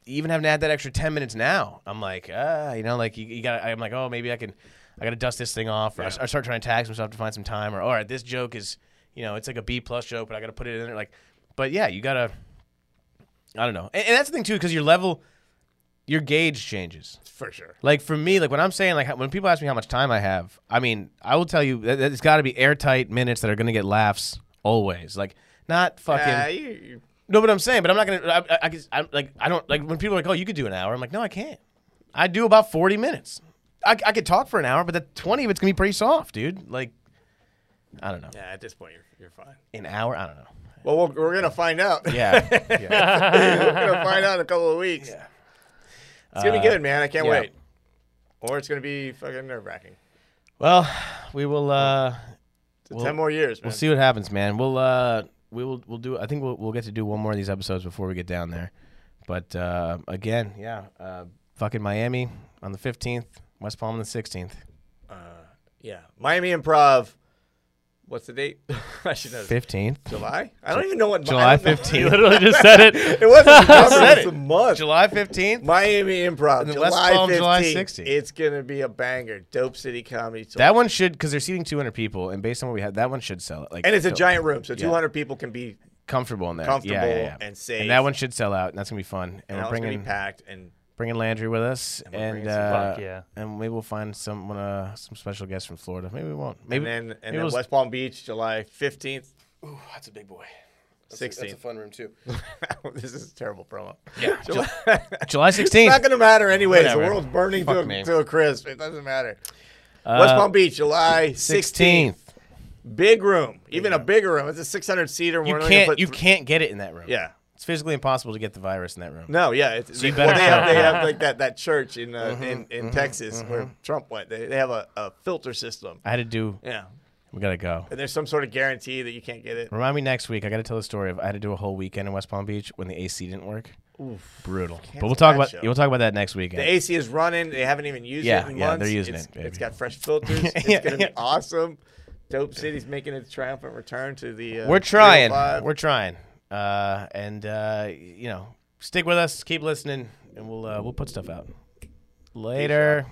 Speaker 1: Even having to add that extra 10 minutes now, I'm like, ah, you know, like you, you got. I'm like, oh, maybe I can. I got to dust this thing off, or I, s- I start trying to tag some stuff to find some time, or all right, this joke is, you know, it's like a B plus joke, but I got to put it in there. Like, but yeah, you gotta. I don't know, and, and that's the thing too, because your level, your gauge changes.
Speaker 2: For sure.
Speaker 1: Like for me, like when I'm saying like how- when people ask me how much time I have, I mean I will tell you that that it's got to be airtight minutes that are gonna get laughs always. Like not fucking
Speaker 2: Yeah, you, you,
Speaker 1: no, but I'm saying, but I'm not gonna. I, I, I, guess- I'm like I don't like when people are like, oh, you could do an hour. I'm like, no, I can't. I do about 40 minutes. I, I could talk for an hour, but that 20 of it's gonna be pretty soft, dude. Like I don't know,
Speaker 2: yeah, at this point, you're, you're fine.
Speaker 1: an hour. I don't know.
Speaker 2: Well, we're, we're going to find out. <laughs>
Speaker 1: Yeah, <laughs> yeah.
Speaker 2: We're gonna find out in a couple of weeks. It's gonna be good, man. I can't
Speaker 1: yeah.
Speaker 2: wait. Or it's gonna be fucking nerve wracking.
Speaker 1: Well, we will. uh Well,
Speaker 2: Ten more years, man.
Speaker 1: We'll see what happens, man. We'll uh we will we'll do I think we'll we'll get to do one more of these episodes before we get down there. But uh again, yeah, uh fucking Miami on the 15th, West Palm on the 16th.
Speaker 2: Yeah, Miami Improv. What's the date? <laughs> I should know.
Speaker 1: 15th.
Speaker 2: July. I don't even know what.
Speaker 1: July
Speaker 2: I don't know.
Speaker 1: 15th.
Speaker 2: <laughs>
Speaker 3: You <laughs> literally just
Speaker 1: <laughs>
Speaker 3: said it.
Speaker 2: It wasn't. December,
Speaker 1: said
Speaker 2: it's
Speaker 1: it.
Speaker 2: a month.
Speaker 1: July 15th.
Speaker 2: Miami Improv.
Speaker 1: then
Speaker 2: July
Speaker 1: West Palm, July
Speaker 2: 15th.
Speaker 1: 16th.
Speaker 2: It's gonna be a banger. Dope City Comedy Tour.
Speaker 1: That one should cuz they're seating 200 people and based on what we had, that one should sell it. Like
Speaker 2: and it's a
Speaker 1: so
Speaker 2: giant room, so 200 people can be.
Speaker 1: comfortable in there.
Speaker 2: comfortable
Speaker 1: yeah, yeah, yeah.
Speaker 2: and safe.
Speaker 1: And that one should sell out and that's going to be fun.
Speaker 2: And
Speaker 1: And, we're
Speaker 2: it's gonna be
Speaker 1: bringing
Speaker 2: packed. And
Speaker 1: bringing Landry with us and,
Speaker 2: we're bringing some-
Speaker 1: uh
Speaker 3: Fuck yeah.
Speaker 1: and maybe we'll find someone uh some special guest from Florida. Maybe we won't.
Speaker 2: and
Speaker 1: Maybe
Speaker 2: then
Speaker 1: maybe
Speaker 2: and then
Speaker 1: we'll-
Speaker 2: West Palm Beach, July 15th.
Speaker 1: That's a big boy. That's a
Speaker 2: 16th.
Speaker 1: fun room too.
Speaker 2: <laughs> this is a terrible promo. <laughs>
Speaker 1: Yeah,
Speaker 2: July,
Speaker 1: July
Speaker 2: it's
Speaker 1: sixteenth.
Speaker 2: not going to matter anyways.
Speaker 1: Whatever.
Speaker 2: The world's burning to
Speaker 1: Fuck
Speaker 2: a,
Speaker 1: me. Uh,
Speaker 2: to a crisp. It doesn't matter. West Palm Beach, July 16th.
Speaker 1: Sixteenth.
Speaker 2: Big room. Even a bigger room. It's a 600 seater.
Speaker 1: You can't. You can't get it in that room.
Speaker 2: Yeah.
Speaker 1: it's physically impossible to get the virus in that room.
Speaker 2: No, yeah. It's,
Speaker 1: you
Speaker 2: well,
Speaker 1: better- Mm-hmm,
Speaker 2: they, have, they
Speaker 1: <laughs>
Speaker 2: have like that, that church in uh, in, in Texas where Trump went. They, they have a, a filter system.
Speaker 1: I had to do.
Speaker 2: Yeah.
Speaker 1: We gotta go.
Speaker 2: And there's some sort of guarantee that you can't get it.
Speaker 1: Remind me next week. I got to tell the story of I had to do a whole weekend in West Palm Beach when the AC didn't work. Brutal. But we'll talk
Speaker 2: that
Speaker 1: about
Speaker 2: show.
Speaker 1: we'll talk about that next weekend.
Speaker 2: The AC is running. They haven't even used
Speaker 1: Yeah,
Speaker 2: it in
Speaker 1: yeah,
Speaker 2: months.
Speaker 1: they're using
Speaker 2: it's,
Speaker 1: it, baby.
Speaker 2: It's got fresh filters.
Speaker 1: <laughs>
Speaker 2: It's
Speaker 1: Yeah,
Speaker 2: gonna be
Speaker 1: yeah.
Speaker 2: awesome. Dope City's making its triumphant return to the. Uh,
Speaker 1: We're trying.
Speaker 2: 305.
Speaker 1: We're trying. Uh, and uh, you know, stick with us. Keep listening, and we'll uh, we'll put stuff out later.